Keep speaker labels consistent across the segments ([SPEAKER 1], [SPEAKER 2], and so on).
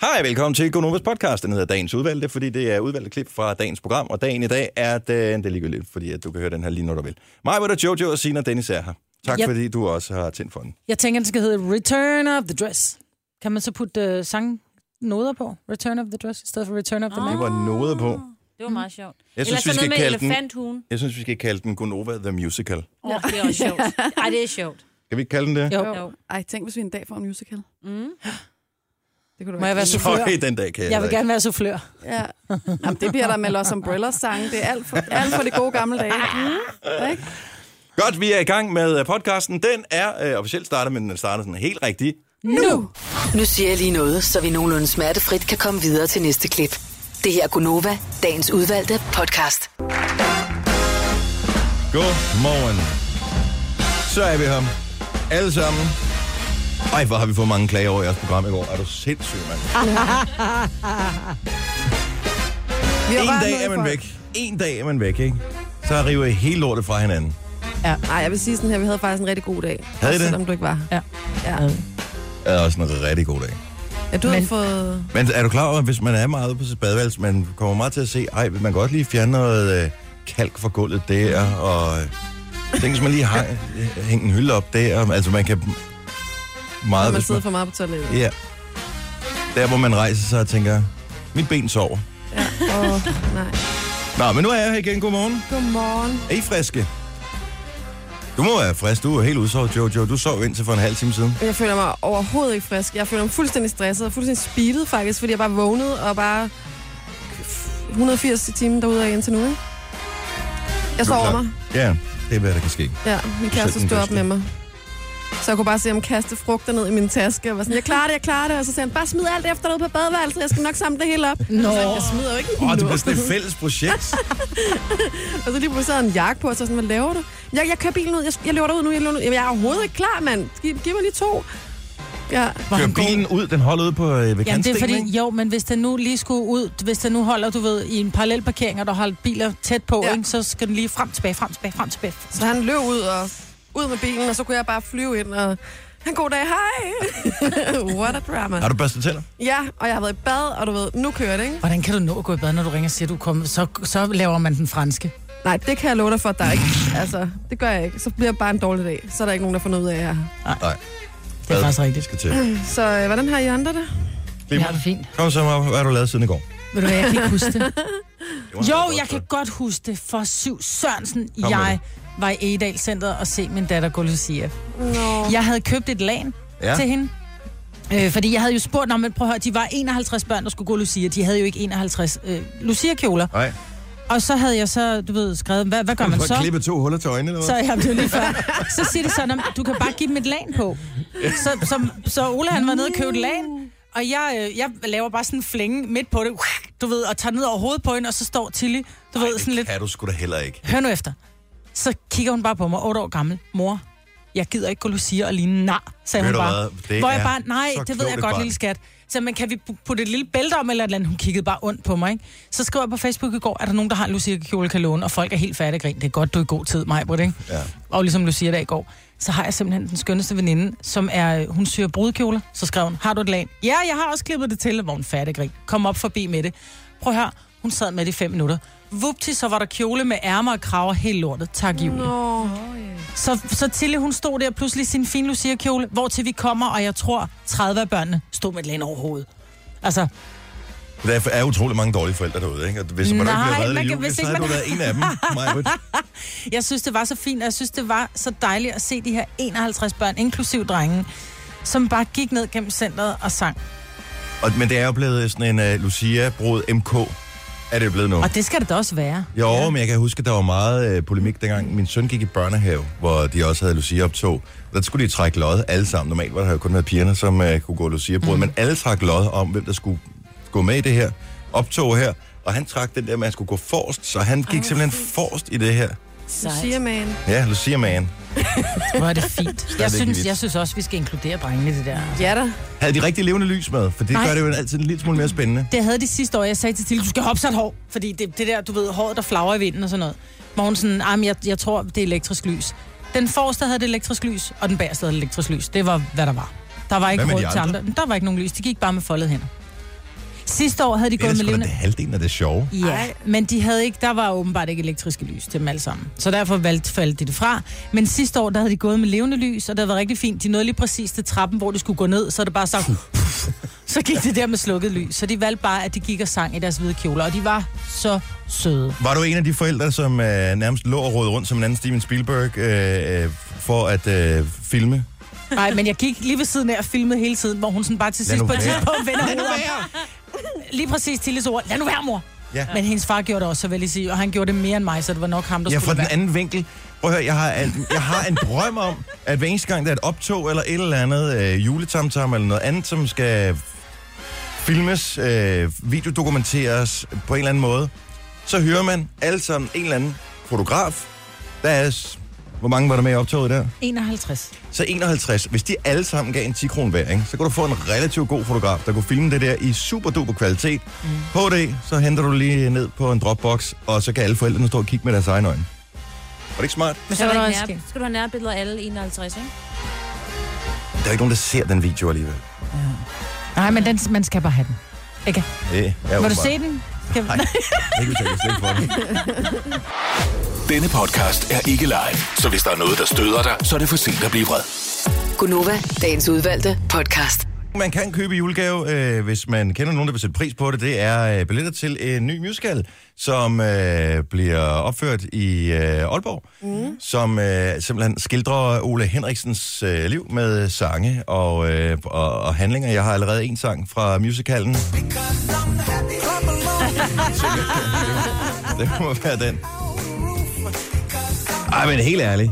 [SPEAKER 1] Hej, velkommen til Gonovas podcast. Den hedder Dagens Udvalgte, fordi det er udvalgte klip fra dagens program, og dagen i dag er den, det er ligegyldigt, fordi at du kan høre den her lige når du vil. Mig, hvor der Jojo og Sina og Dennis er her. Tak,
[SPEAKER 2] Ja.
[SPEAKER 1] yep. fordi du også har tændt for den.
[SPEAKER 2] Jeg tænker, den skal hedde Return of the Dress. Kan man så putte uh, sangnoder på? Return of the Dress, i stedet for Return of the
[SPEAKER 1] Ah. Det
[SPEAKER 2] Man.
[SPEAKER 3] Ah.
[SPEAKER 1] var noget på.
[SPEAKER 3] Det var meget sjovt.
[SPEAKER 1] Jeg
[SPEAKER 3] Eller
[SPEAKER 1] synes, vi
[SPEAKER 3] sådan
[SPEAKER 1] skal
[SPEAKER 3] noget med
[SPEAKER 1] kalde den-
[SPEAKER 3] elefanthugen.
[SPEAKER 1] Jeg synes, vi skal kalde den Gonova The Musical.
[SPEAKER 3] Åh, oh, det er også sjovt. Ej, det er sjovt.
[SPEAKER 1] Kan vi ikke kalde den det?
[SPEAKER 2] Jo.
[SPEAKER 3] Jo.
[SPEAKER 4] Ej, tænk, hvis vi en dag får en musical.
[SPEAKER 3] Mm.
[SPEAKER 4] Det kunne du
[SPEAKER 2] Må jeg være
[SPEAKER 4] så...
[SPEAKER 1] Sorry, den dag kan jeg,
[SPEAKER 2] Jeg vil
[SPEAKER 1] heller
[SPEAKER 2] gerne være soufflør.
[SPEAKER 4] Ja. Jamen, det bliver der med Los Umbrellas sange. Det er alt for, alt for de gode gamle dage. Ikke?
[SPEAKER 1] ikke. Godt, vi er i gang med øh, podcasten. Den er øh, officielt startet, men den starter sådan helt rigtigt.
[SPEAKER 4] Nu!
[SPEAKER 5] Nu siger jeg lige noget, så vi nogenlunde smertefrit kan komme videre til næste klip. Det her er Gunova, dagens udvalgte podcast.
[SPEAKER 1] Godmorgen. Så er vi her. Alle sammen. Ej, hvor har vi fået mange klager over jeres program i går. Er du sindssyg, mand?
[SPEAKER 4] Vi
[SPEAKER 1] En dag er man væk. En dag er man væk, ikke? Så river I hele lortet fra hinanden.
[SPEAKER 4] Ja. Ej, jeg vil sige sådan her, vi havde faktisk en rigtig god dag.
[SPEAKER 1] Havde I det?
[SPEAKER 4] Selvom du ikke var her.
[SPEAKER 1] Det er også en rigtig god dag.
[SPEAKER 4] Ja, du Men... havde
[SPEAKER 2] Men-
[SPEAKER 4] fået...
[SPEAKER 1] Men er du klar over, at hvis man er meget ude på sit badeværelse, man kommer meget til at se, ej, vil man godt lige fjerne noget øh, kalk fra gulvet der, og øh, tænk, hvis man lige har, øh, hænge en hylde op der. Altså, man kan meget...
[SPEAKER 4] Man
[SPEAKER 1] Hvis man,
[SPEAKER 4] sidder for meget på toilettet.
[SPEAKER 1] ja. Der, hvor man rejser sig og tænker, mit ben sover.
[SPEAKER 4] Åh, nej.
[SPEAKER 1] Nå, men nu er jeg her igen. Godmorgen.
[SPEAKER 4] Godmorgen.
[SPEAKER 1] Er I friske? Du må være frisk. Du er helt udsovet, Jojo. Du sov indtil for en halv time siden.
[SPEAKER 4] Jeg føler mig overhovedet ikke frisk. Jeg føler mig fuldstændig stresset og fuldstændig speedet faktisk, fordi jeg bare vågnede og bare 180 i timen derude og indtil nu, ikke? Jeg
[SPEAKER 1] Du er
[SPEAKER 4] sover
[SPEAKER 1] klar.
[SPEAKER 4] mig.
[SPEAKER 1] Ja, det er, hvad der kan ske.
[SPEAKER 4] Ja, min kæreste
[SPEAKER 1] Sæt den
[SPEAKER 4] stod op
[SPEAKER 1] bedste.
[SPEAKER 4] med mig. Så jeg kunne bare se ham kaste frugter ned i min taske. Jeg var sådan, jeg klarer det, jeg klarer det. Og så sagde han, bare smid alt efter dig ud på badeværelset. Jeg skal nok samle det hele op.
[SPEAKER 2] Nå.
[SPEAKER 4] Så jeg smider jo ikke
[SPEAKER 1] Åh, oh, det
[SPEAKER 4] noget.
[SPEAKER 1] bliver sådan et fælles projekt.
[SPEAKER 4] Og så lige pludselig havde han en jakke på, og så sådan, hvad laver du? Jeg, jeg kører bilen ud, jeg, jeg løber derud nu, jeg løber nu. Jamen, jeg er overhovedet ikke klar, mand. Giv, giv mig lige to. Ja,
[SPEAKER 2] Var
[SPEAKER 1] Kør
[SPEAKER 2] han god?
[SPEAKER 1] bilen ud, den holder ude på øh, ved
[SPEAKER 2] Jamen, det er
[SPEAKER 1] kantstenen,
[SPEAKER 2] fordi,
[SPEAKER 1] ikke?
[SPEAKER 2] jo, men hvis den nu lige skulle ud, hvis den nu holder, du ved, i en parallel parkering, og der holder biler tæt på,
[SPEAKER 4] Ja.
[SPEAKER 2] ja. ikke, så skal den lige frem tilbage, frem tilbage, frem tilbage.
[SPEAKER 4] så han løb ud og ud med bilen, og så kunne jeg bare flyve ind og... Han god dag, hej! What a drama.
[SPEAKER 1] Har du børstet tænder?
[SPEAKER 4] Ja, og jeg har været i bad, og du ved, nu kører det, ikke?
[SPEAKER 2] Hvordan kan du nå at gå i bad, når du ringer og siger, du kommer? Så, så laver man den franske.
[SPEAKER 4] Nej, det kan jeg love dig for, at der er ikke... Altså, det gør jeg ikke. Så bliver det bare en dårlig dag. Så er der ikke nogen, der får noget ud af jer.
[SPEAKER 1] Nej.
[SPEAKER 2] Det er faktisk rigtigt.
[SPEAKER 1] Skal til.
[SPEAKER 4] Så øh, hvordan har I andre det?
[SPEAKER 2] Jeg har det fint.
[SPEAKER 1] Kom så, Maja. Hvad har du lavet siden i går?
[SPEAKER 2] Ved du hvad, jeg kan ikke huske det.
[SPEAKER 1] Det var
[SPEAKER 2] Jo,
[SPEAKER 1] noget
[SPEAKER 2] jeg
[SPEAKER 1] godt,
[SPEAKER 2] kan godt huske det. For syv Sørensen,
[SPEAKER 1] med
[SPEAKER 2] jeg var i Egedal Center og se min datter gå Lucia.
[SPEAKER 4] Nå.
[SPEAKER 2] Jeg havde købt et lan
[SPEAKER 1] Ja.
[SPEAKER 2] ja. til hende. Øh, fordi jeg havde jo spurgt, "Nå, men prøv at høre, de var 51 børn, der skulle gå Lucia. De havde jo ikke 51 øh, Lucia-kjoler.
[SPEAKER 1] Nej.
[SPEAKER 2] Og så havde jeg så, du ved, skrevet, hvad, hvad gør man
[SPEAKER 1] Du har
[SPEAKER 2] så?
[SPEAKER 1] klippet to huller til øjnene, eller
[SPEAKER 2] Så
[SPEAKER 1] hvad?
[SPEAKER 2] jeg blev lige før. Så siger de sådan, at du kan bare give dem et lan på. Så, så, så Ola han var nede og købte et lan, og jeg, øh, jeg laver bare sådan en flænge midt på det, du ved, og tager ned over hovedet på hende, og så står Tilly, du ved, sådan
[SPEAKER 1] det
[SPEAKER 2] lidt,
[SPEAKER 1] kan du sgu da heller ikke.
[SPEAKER 2] hør nu efter. Så kigger hun bare på mig, otte år gammel. Mor, jeg gider ikke gå Lucia og ligne nar, sagde
[SPEAKER 1] Ved
[SPEAKER 2] hun
[SPEAKER 1] du
[SPEAKER 2] bare.
[SPEAKER 1] hvad? Det
[SPEAKER 2] Hvor jeg
[SPEAKER 1] er
[SPEAKER 2] bare, nej,
[SPEAKER 1] så
[SPEAKER 2] det ved
[SPEAKER 1] klogt
[SPEAKER 2] jeg
[SPEAKER 1] et
[SPEAKER 2] godt,
[SPEAKER 1] barn."
[SPEAKER 2] lille skat. Så men kan vi pu- putte et lille bælte om eller et eller andet? Hun kiggede bare ondt på mig, ikke? Så skrev jeg på Facebook i går, er der nogen, der har en Lucia-kjole kan låne, og folk er helt færdige af grin. Det er godt, du er i god tid, mig, ikke?
[SPEAKER 1] Ja.
[SPEAKER 2] Og ligesom Lucia dag i går, så har jeg simpelthen den skønneste veninde, som er, øh, hun syr brudkjoler. Så skrev hun, har du et lag? Ja, jeg har også klippet det til, hvor hun færdig grin. Kom op forbi med det. Prøv her, hun sad med det i fem minutter. Vupti, så var der kjole med ærmer og kraver helt lortet. Tak, Julie.
[SPEAKER 4] Nå.
[SPEAKER 2] Så, så Tilly, hun stod der pludselig i sin fine Lucia-kjole, hvor til vi kommer, og jeg tror, 30 af børnene stod med et land over hovedet. Altså,
[SPEAKER 1] Der er utrolig mange dårlige forældre derude, ikke? Og hvis man ikke
[SPEAKER 2] Nej,
[SPEAKER 1] bliver
[SPEAKER 2] man
[SPEAKER 1] reddet i
[SPEAKER 2] kan-
[SPEAKER 1] jul,
[SPEAKER 2] hvis
[SPEAKER 1] så
[SPEAKER 2] ikke
[SPEAKER 1] havde du
[SPEAKER 2] man-
[SPEAKER 1] været en af dem, Maja.
[SPEAKER 2] jeg synes, det var så fint, og jeg synes, det var så dejligt at se de her 51 børn, inklusiv drengen, som bare gik ned gennem centret og sang.
[SPEAKER 1] Og, men det er jo blevet sådan en uh, Lucia-brud MK, er det jo blevet nu.
[SPEAKER 2] Og det skal det da også være.
[SPEAKER 1] Jo, ja. men jeg kan huske, at der var meget øh, polemik dengang. Min søn gik i børnehave, hvor de også havde Lucia-optog. Der skulle de trække lod alle sammen. Normalt var der jo kun været pigerne, som øh, kunne gå Lucia-brud. Mm. Men alle trak lod om, hvem der skulle gå med i det her optog her. Og han trak den der, man skulle gå forrest. Så han gik oh, simpelthen forrest i det her.
[SPEAKER 4] Lucia, man.
[SPEAKER 1] Ja, Lucia-man.
[SPEAKER 2] Hvor er det fint. Jeg
[SPEAKER 1] ikke
[SPEAKER 2] synes,
[SPEAKER 1] vist.
[SPEAKER 2] jeg synes også, vi skal inkludere drengene i det der.
[SPEAKER 4] Ja da.
[SPEAKER 1] Havde de rigtig levende lys med? For det Nej.
[SPEAKER 2] Nej.
[SPEAKER 1] gør det jo altid en lille smule mere spændende.
[SPEAKER 2] Det havde de sidste år, jeg sagde til Tilly, du skal have opsat hår. Fordi det, det der, du ved, håret, der flager i vinden og sådan noget. Hvor hun sådan, "Ej, men jeg, jeg tror, det er elektrisk lys. Den forreste havde det elektrisk lys, og den bagerste havde elektrisk lys. Det var, hvad der var. Der var ikke
[SPEAKER 1] Hvad med
[SPEAKER 2] råd
[SPEAKER 1] de
[SPEAKER 2] til andre. Der var ikke nogen lys. De gik bare med foldede hænder. Sidste år havde de
[SPEAKER 1] Det er
[SPEAKER 2] gået
[SPEAKER 1] da
[SPEAKER 2] med
[SPEAKER 1] sgu da
[SPEAKER 2] levende...
[SPEAKER 1] det halvdelen af det sjove.
[SPEAKER 2] Ja,
[SPEAKER 4] Ej.
[SPEAKER 2] men de havde ikke, der var åbenbart ikke elektriske lys til dem alle sammen. Så derfor valgte faldt de det fra. Men sidste år, der havde de gået med levende lys, og det havde været rigtig fint. De nåede lige præcis til trappen, hvor de skulle gå ned, så det bare sang... Så gik det der med slukket lys. Så de valgte bare, at de gik og sang i deres hvide kjoler, og de var så søde.
[SPEAKER 1] Var du en af de forældre, som øh, nærmest lå og rodede rundt som en anden Steven Spielberg øh, øh, for at øh, filme?
[SPEAKER 2] Nej, men jeg gik lige ved siden af og filmede hele tiden, hvor hun sådan bare til
[SPEAKER 1] Lad
[SPEAKER 2] sidst
[SPEAKER 1] nu
[SPEAKER 2] på et
[SPEAKER 1] være.
[SPEAKER 2] tidspunkt vender hovedet om. Lige præcis Tilles ord. Lad nu være, mor.
[SPEAKER 1] Ja.
[SPEAKER 2] Men hendes far gjorde det også, så vil jeg lige sige, og han gjorde det mere end mig, så det var nok ham, der
[SPEAKER 1] Ja, fra
[SPEAKER 2] skulle
[SPEAKER 1] den
[SPEAKER 2] være.
[SPEAKER 1] anden vinkel. Prøv at høre, jeg har, en, jeg har en drøm om, at hver eneste gang, der er et optog eller et eller andet øh, juletamtam eller noget andet, som skal filmes, øh, videodokumenteres på en eller anden måde, så hører man alle sammen en eller anden fotograf. Der er, s- hvor mange var der med i optoget der?
[SPEAKER 2] 51.
[SPEAKER 1] Så 51. Hvis de alle sammen gav en 10 kroner hver, ikke, så kunne du få en relativt god fotograf, der kunne filme det der i super duper kvalitet. Mm. HD, så henter du lige ned på en Dropbox, og så kan alle forældrene stå og kigge med deres egne øjne. Var det ikke smart?
[SPEAKER 2] Men
[SPEAKER 3] Så
[SPEAKER 2] så var der
[SPEAKER 3] du
[SPEAKER 2] også
[SPEAKER 3] nær, skal du have nærbilleder af alle 51, ikke?
[SPEAKER 1] Der er ikke nogen, der ser den video alligevel.
[SPEAKER 2] Nej, men den, man skal bare have den. Ikke?
[SPEAKER 1] Det er
[SPEAKER 2] Vil
[SPEAKER 1] åbenbart.
[SPEAKER 2] du se den? Skal...
[SPEAKER 1] Nej, det kan vi tage slet for det.
[SPEAKER 6] Denne podcast er ikke live, så hvis der er noget, der støder dig, så er det for sent at blive vred.
[SPEAKER 5] Gunova, dagens udvalgte podcast.
[SPEAKER 1] Man kan købe i julegave, øh, hvis man kender nogen, der vil sætte pris på det. Det er øh, billetter til en ny musical, som øh, bliver opført i øh, Aalborg, mm. som øh, simpelthen skildrer Ole Henriksens øh, liv med sange og, øh, og, og handlinger. Jeg har allerede en sang fra musicalen. Det må være den. Ej, men helt ærligt.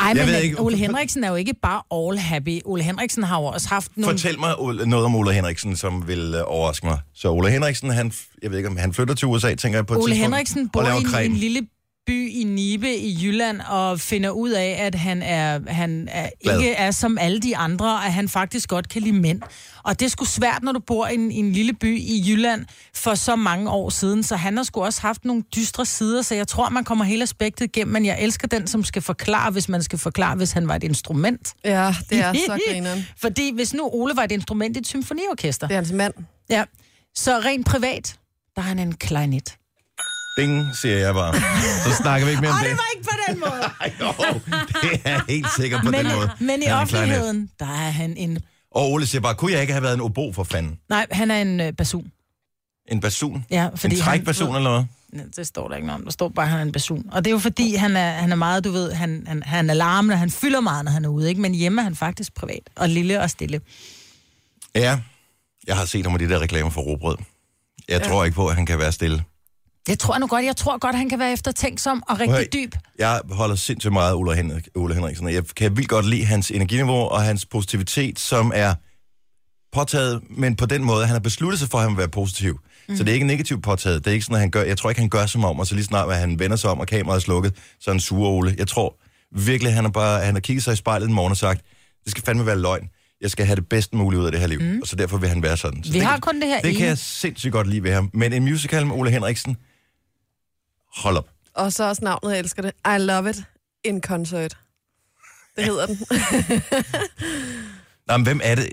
[SPEAKER 2] Ej,
[SPEAKER 1] Jeg
[SPEAKER 2] men
[SPEAKER 1] ved
[SPEAKER 2] han-
[SPEAKER 1] ikke.
[SPEAKER 2] Ole Henriksen er jo ikke bare all happy. Ole Henriksen har jo også haft nogle...
[SPEAKER 1] Fortæl mig Ole- noget om Ole Henriksen, som vil øh, overraske mig. Så Ole Henriksen, han, f- jeg ved ikke, om han flytter til USA, tænker jeg på et
[SPEAKER 2] Ole
[SPEAKER 1] tidspunkt,
[SPEAKER 2] Henriksen
[SPEAKER 1] og laver
[SPEAKER 2] bor i en,
[SPEAKER 1] creme.
[SPEAKER 2] en lille by i Nibe i Jylland og finder ud af, at han, er, han er,
[SPEAKER 1] Glad.
[SPEAKER 2] ikke er som alle de andre, og at han faktisk godt kan lide mænd. Og det er sgu svært, når du bor i en, i en lille by i Jylland for så mange år siden, så han har sgu også haft nogle dystre sider, så jeg tror, man kommer hele aspektet igennem, men jeg elsker den, som skal forklare, hvis man skal forklare, hvis han var et instrument.
[SPEAKER 4] Ja, det er så grineren.
[SPEAKER 2] Fordi hvis nu Ole var et instrument i et symfoniorkester,
[SPEAKER 4] Det er hans mand.
[SPEAKER 2] ja, så rent privat, der er han en klarinet.
[SPEAKER 1] Ding, siger jeg bare. Så snakker vi ikke mere om
[SPEAKER 2] Og
[SPEAKER 1] det.
[SPEAKER 2] det var ikke på den måde.
[SPEAKER 1] Ej, jo, det er jeg helt sikkert på
[SPEAKER 2] men,
[SPEAKER 1] den måde.
[SPEAKER 2] men i
[SPEAKER 1] Han er en klarinet.
[SPEAKER 2] offentligheden, der er han en...
[SPEAKER 1] Og Ole siger bare, kunne jeg ikke have været en obo for fanden?
[SPEAKER 2] Nej, han er en øh, basun.
[SPEAKER 1] En basun?
[SPEAKER 2] Ja, fordi
[SPEAKER 1] en trækbasun
[SPEAKER 2] han,
[SPEAKER 1] eller noget?
[SPEAKER 2] Nej, det står der ikke noget om. Der står bare, at han er en basun. Og det er jo fordi, han er, han er meget, du ved, han, han, han er larmende, han fylder meget, når han er ude, ikke? Men hjemme er han faktisk privat, og lille og stille.
[SPEAKER 1] Ja, jeg har set ham med de der reklamer for robrød. Jeg tror ikke på, at han kan være stille.
[SPEAKER 2] Det tror jeg nu godt. Jeg tror godt, han kan være eftertænksom og
[SPEAKER 1] Prøv at
[SPEAKER 2] rigtig
[SPEAKER 1] høre,
[SPEAKER 2] dyb.
[SPEAKER 1] Jeg holder sindssygt meget af Ole, Henrik, Ole Henriksen, og jeg kan vildt godt lide hans energiniveau og hans positivitet, som er påtaget, men på den måde, han har besluttet sig for, at han vil være positiv. Mm. Så det er ikke negativt påtaget. Det er ikke sådan, at han gør, jeg tror ikke, han gør som om, og så lige snart, at han vender sig om, og kameraet er slukket, så er han sur Ole. Jeg tror virkelig, han har bare, han har kigget sig i spejlet en morgen og sagt, det skal fandme være løgn. Jeg skal have det bedst mulige ud af det her liv. Mm. Og så derfor vil han være sådan. Så
[SPEAKER 2] Vi
[SPEAKER 1] det
[SPEAKER 2] har
[SPEAKER 1] kan-
[SPEAKER 2] kun det her
[SPEAKER 1] Det kan
[SPEAKER 2] ene.
[SPEAKER 1] jeg sindssygt godt lide ved ham. Men en musical med Ole Henriksen, hold op.
[SPEAKER 4] Og så også navnet, jeg elsker det. I love it in concert. Det hedder den.
[SPEAKER 1] Nå, men hvem er det?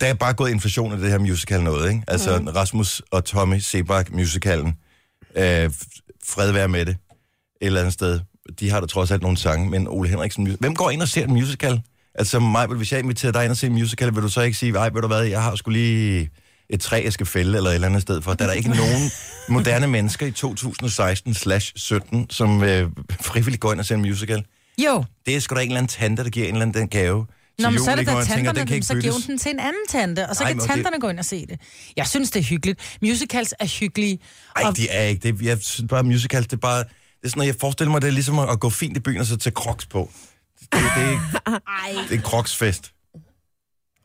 [SPEAKER 1] Der er bare gået inflation af det her musical noget, ikke? Altså mm. Rasmus og Tommy Sebak musicalen. Øh, fred være med det. Et eller andet sted. De har da trods alt nogle sange, men Ole Henriksen... mus- Hvem går ind og ser en musical? Altså mig, hvis jeg inviterer dig ind og se en musical, vil du så ikke sige, ej, ved du hvad, jeg har skulle lige et træ, jeg skal fælde, eller et eller andet sted for. Der er der ikke nogen moderne mennesker i 2016-17, som øh, frivilligt går ind og ser en musical.
[SPEAKER 2] Jo,
[SPEAKER 1] Det er sgu da en eller anden tante, der giver en eller anden den gave. til
[SPEAKER 2] Nå, men
[SPEAKER 1] jul,
[SPEAKER 2] så er det
[SPEAKER 1] ikke? Hvor
[SPEAKER 2] da
[SPEAKER 1] man tænker,
[SPEAKER 2] tanterne,
[SPEAKER 1] den kan
[SPEAKER 2] tænker,
[SPEAKER 1] ikke
[SPEAKER 2] så giver hun
[SPEAKER 1] byttes.
[SPEAKER 2] den til en anden tante, og så
[SPEAKER 1] Ej,
[SPEAKER 2] Ej, kan
[SPEAKER 1] men det-
[SPEAKER 2] tanterne gå ind og se det. Jeg synes, det er hyggeligt. Musicals er hyggelige.
[SPEAKER 1] Nej,
[SPEAKER 2] og
[SPEAKER 1] de er ikke. Det, jeg synes bare, musical, det er bare... Det er sådan, at jeg forestiller mig, det er ligesom at at gå fint i byen og så tage crocs på. Det, det, er, ikke-
[SPEAKER 3] Ej,
[SPEAKER 1] det er en crocsfest.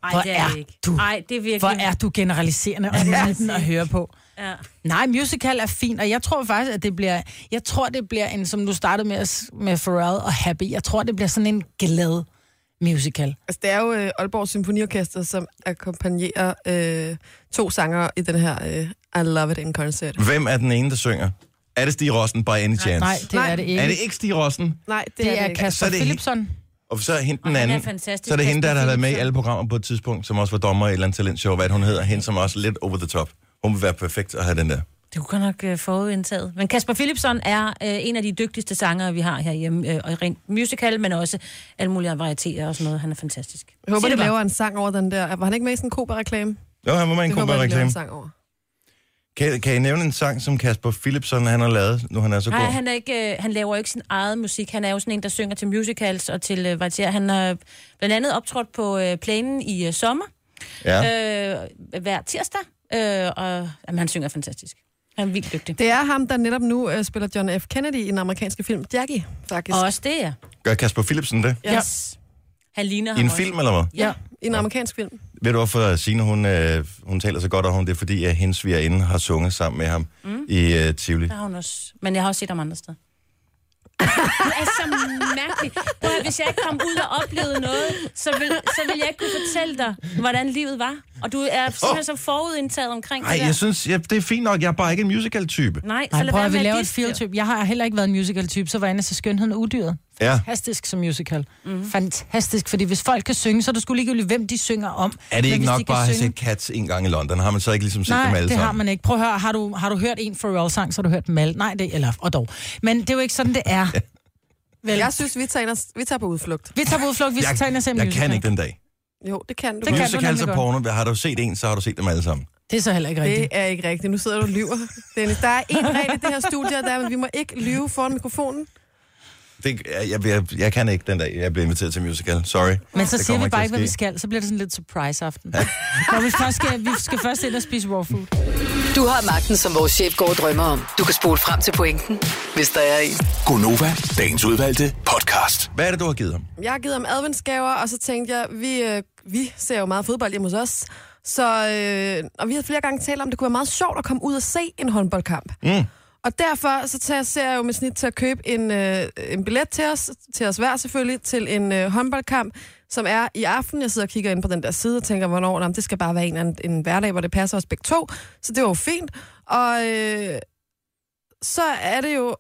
[SPEAKER 3] ej
[SPEAKER 2] Hvor
[SPEAKER 3] det er,
[SPEAKER 2] er
[SPEAKER 3] det ikke.
[SPEAKER 2] du?
[SPEAKER 3] Ej, det er virkelig...
[SPEAKER 2] hvor er du generaliserende og nitten at høre på.
[SPEAKER 3] Ja.
[SPEAKER 2] Nej, musical er fint, og jeg tror faktisk, at det bliver... Jeg tror, det bliver en, som du startede med, at s- med Pharrell og Happy, jeg tror, det bliver sådan en glad musical.
[SPEAKER 4] Altså, det er jo øh, Aalborg Symfoniorkester, som akkompagnerer øh, to sanger i den her øh, I love it in concert.
[SPEAKER 1] Hvem er den ene, der synger? Er det Stig Rossen by any chance?
[SPEAKER 2] Nej, det
[SPEAKER 4] Nej.
[SPEAKER 2] er det ikke.
[SPEAKER 1] Er det ikke Stig Rossen?
[SPEAKER 4] Nej, det,
[SPEAKER 2] Det er
[SPEAKER 4] ikke.
[SPEAKER 1] Så
[SPEAKER 2] Kasper
[SPEAKER 1] er det he-
[SPEAKER 2] Philipson.
[SPEAKER 1] Og så er hende
[SPEAKER 3] Og
[SPEAKER 1] den
[SPEAKER 3] han er
[SPEAKER 1] anden,
[SPEAKER 3] fantastisk,
[SPEAKER 1] så er det hende, der, der
[SPEAKER 3] Kasper
[SPEAKER 1] har været med i
[SPEAKER 3] Philipsen.
[SPEAKER 1] alle programmer på et tidspunkt, som også var dommer i et eller andet talentshow, hvad er det, hun hedder, hende som er også lidt over the top. Hun vil være perfekt at have den der.
[SPEAKER 3] Det kunne godt nok øh, forudindtaget. Men Kasper Philipson er øh, en af de dygtigste sangere, vi har herhjemme. Øh, og rent musical, men også alle mulige varieteter og sådan noget. Han er fantastisk.
[SPEAKER 4] Jeg håber,
[SPEAKER 3] Sig
[SPEAKER 4] de
[SPEAKER 3] det bare.
[SPEAKER 4] laver en sang over den der. Var han ikke med i sådan en Cobra-reklame?
[SPEAKER 1] Jo, han var med i en
[SPEAKER 4] Det håber jeg, de laver
[SPEAKER 1] reklame.
[SPEAKER 4] en sang over.
[SPEAKER 1] Kan, kan I nævne en sang, som Kasper Philipson han har lavet, nu han er så
[SPEAKER 3] Nej,
[SPEAKER 1] god?
[SPEAKER 3] han, er ikke, øh, han laver ikke sin eget musik. Han er jo sådan en, der synger til musicals og til øh, varieteter. Han har blandt andet optrådt på øh, planen i øh, sommer
[SPEAKER 1] Ja.
[SPEAKER 3] øh, hver tirsdag. Øh, og jamen, han synger fantastisk. Han er vildt dygtig.
[SPEAKER 4] Det er ham, der netop nu øh, spiller John F. Kennedy i den amerikanske film Jackie, faktisk.
[SPEAKER 3] Og også det, ja.
[SPEAKER 1] Gør Kasper Philipsen det?
[SPEAKER 4] Ja.
[SPEAKER 3] Yes. Han ligner
[SPEAKER 1] I
[SPEAKER 3] ham
[SPEAKER 1] en
[SPEAKER 3] også.
[SPEAKER 1] film, eller hvad?
[SPEAKER 4] ja, i en amerikansk film.
[SPEAKER 1] Ved du, hvorfor Signe, hun, øh, hun taler så godt om det? er, fordi, at hendes svigerinde har sunget sammen med ham mm. i øh, Tivoli.
[SPEAKER 3] Der har hun også. Men jeg har også set ham andre steder. Det er så mærkeligt. Prøv, at høre, hvis jeg ikke kom ud og oplevede noget, så vil, så vil jeg ikke kunne fortælle dig, hvordan livet var. Og du er simpelthen så forudindtaget omkring
[SPEAKER 1] Nej,
[SPEAKER 3] det der.
[SPEAKER 1] jeg synes, ja, det er fint nok. Jeg er bare ikke en musical-type.
[SPEAKER 3] Nej, så
[SPEAKER 2] Nej,
[SPEAKER 3] lad
[SPEAKER 2] prøv
[SPEAKER 3] være
[SPEAKER 2] at vi
[SPEAKER 3] med
[SPEAKER 2] laver
[SPEAKER 3] at
[SPEAKER 2] et
[SPEAKER 3] disse det.
[SPEAKER 2] filtype. Jeg har heller ikke været en musical-type, så var jeg så skønheden og udyret.
[SPEAKER 1] Ja.
[SPEAKER 2] Fantastisk som musical. Mm. Fantastisk, fordi hvis folk kan synge, så er det sgu ligegyldigt, hvem de synger om.
[SPEAKER 1] Er det
[SPEAKER 2] Men
[SPEAKER 1] ikke
[SPEAKER 2] hvis de
[SPEAKER 1] nok
[SPEAKER 2] kan
[SPEAKER 1] bare at have
[SPEAKER 2] synge-
[SPEAKER 1] set Cats en gang i London? Har man så ikke ligesom set dem
[SPEAKER 2] Nej,
[SPEAKER 1] alle
[SPEAKER 2] det har
[SPEAKER 1] sammen?
[SPEAKER 2] man ikke. Prøv at høre, har du, har du hørt en Pharrell-sang, så har du hørt dem alle. Nej, det, eller, og dog. Men det er jo ikke sådan, det er. Vel,
[SPEAKER 4] Jeg synes, vi tager, vi tager på udflugt.
[SPEAKER 2] vi tager på udflugt, vi skal tage ind og se en
[SPEAKER 1] jeg, jeg
[SPEAKER 2] musical.
[SPEAKER 1] kan ikke den dag.
[SPEAKER 4] Jo, det kan du.
[SPEAKER 2] Det kan du
[SPEAKER 1] Musicals
[SPEAKER 2] nemlig
[SPEAKER 1] og porno, har du set en, så har du set dem alle sammen.
[SPEAKER 2] Det er så heller ikke
[SPEAKER 4] Det
[SPEAKER 2] rigtigt.
[SPEAKER 4] er ikke rigtigt. Nu sidder du og lyver, Dennis. Der er en regel i det her studie, og der er, at vi må ikke lyve foran mikrofonen.
[SPEAKER 1] Det, jeg, jeg, jeg, jeg kan ikke den dag, jeg bliver inviteret til musical. Sorry.
[SPEAKER 2] Men så
[SPEAKER 1] Det
[SPEAKER 2] siger
[SPEAKER 1] kommer
[SPEAKER 2] vi
[SPEAKER 1] ikke
[SPEAKER 2] bare
[SPEAKER 1] til
[SPEAKER 2] ikke,
[SPEAKER 1] at
[SPEAKER 2] hvad vi
[SPEAKER 1] ske.
[SPEAKER 2] skal. Så bliver det sådan lidt surprise-aften. Hvor vi, først skal, vi skal først ind og spise raw food.
[SPEAKER 5] Du har magten, som vores chef går og drømmer om. Du kan spole frem til pointen, hvis der er en.
[SPEAKER 6] Gonova, dagens udvalgte podcast.
[SPEAKER 1] Hvad er det, du har givet ham?
[SPEAKER 4] Jeg har givet ham adventsgaver, og så tænkte jeg, vi, øh, vi ser jo meget fodbold hjemme hos os. Så, øh, og vi har flere gange talt om, at det kunne være meget sjovt at komme ud og se en håndboldkamp. Mm. Og derfor så tager, ser jeg jo med snit til at købe en, øh, en billet til os, til os hver selvfølgelig, til en øh, håndboldkamp, som er i aften. Jeg sidder og kigger ind på den der side og tænker, hvornår, jamen, det skal bare være en, anden- en hverdag, hvor det passer os begge to. Så det var jo fint. Og øh, så er det jo,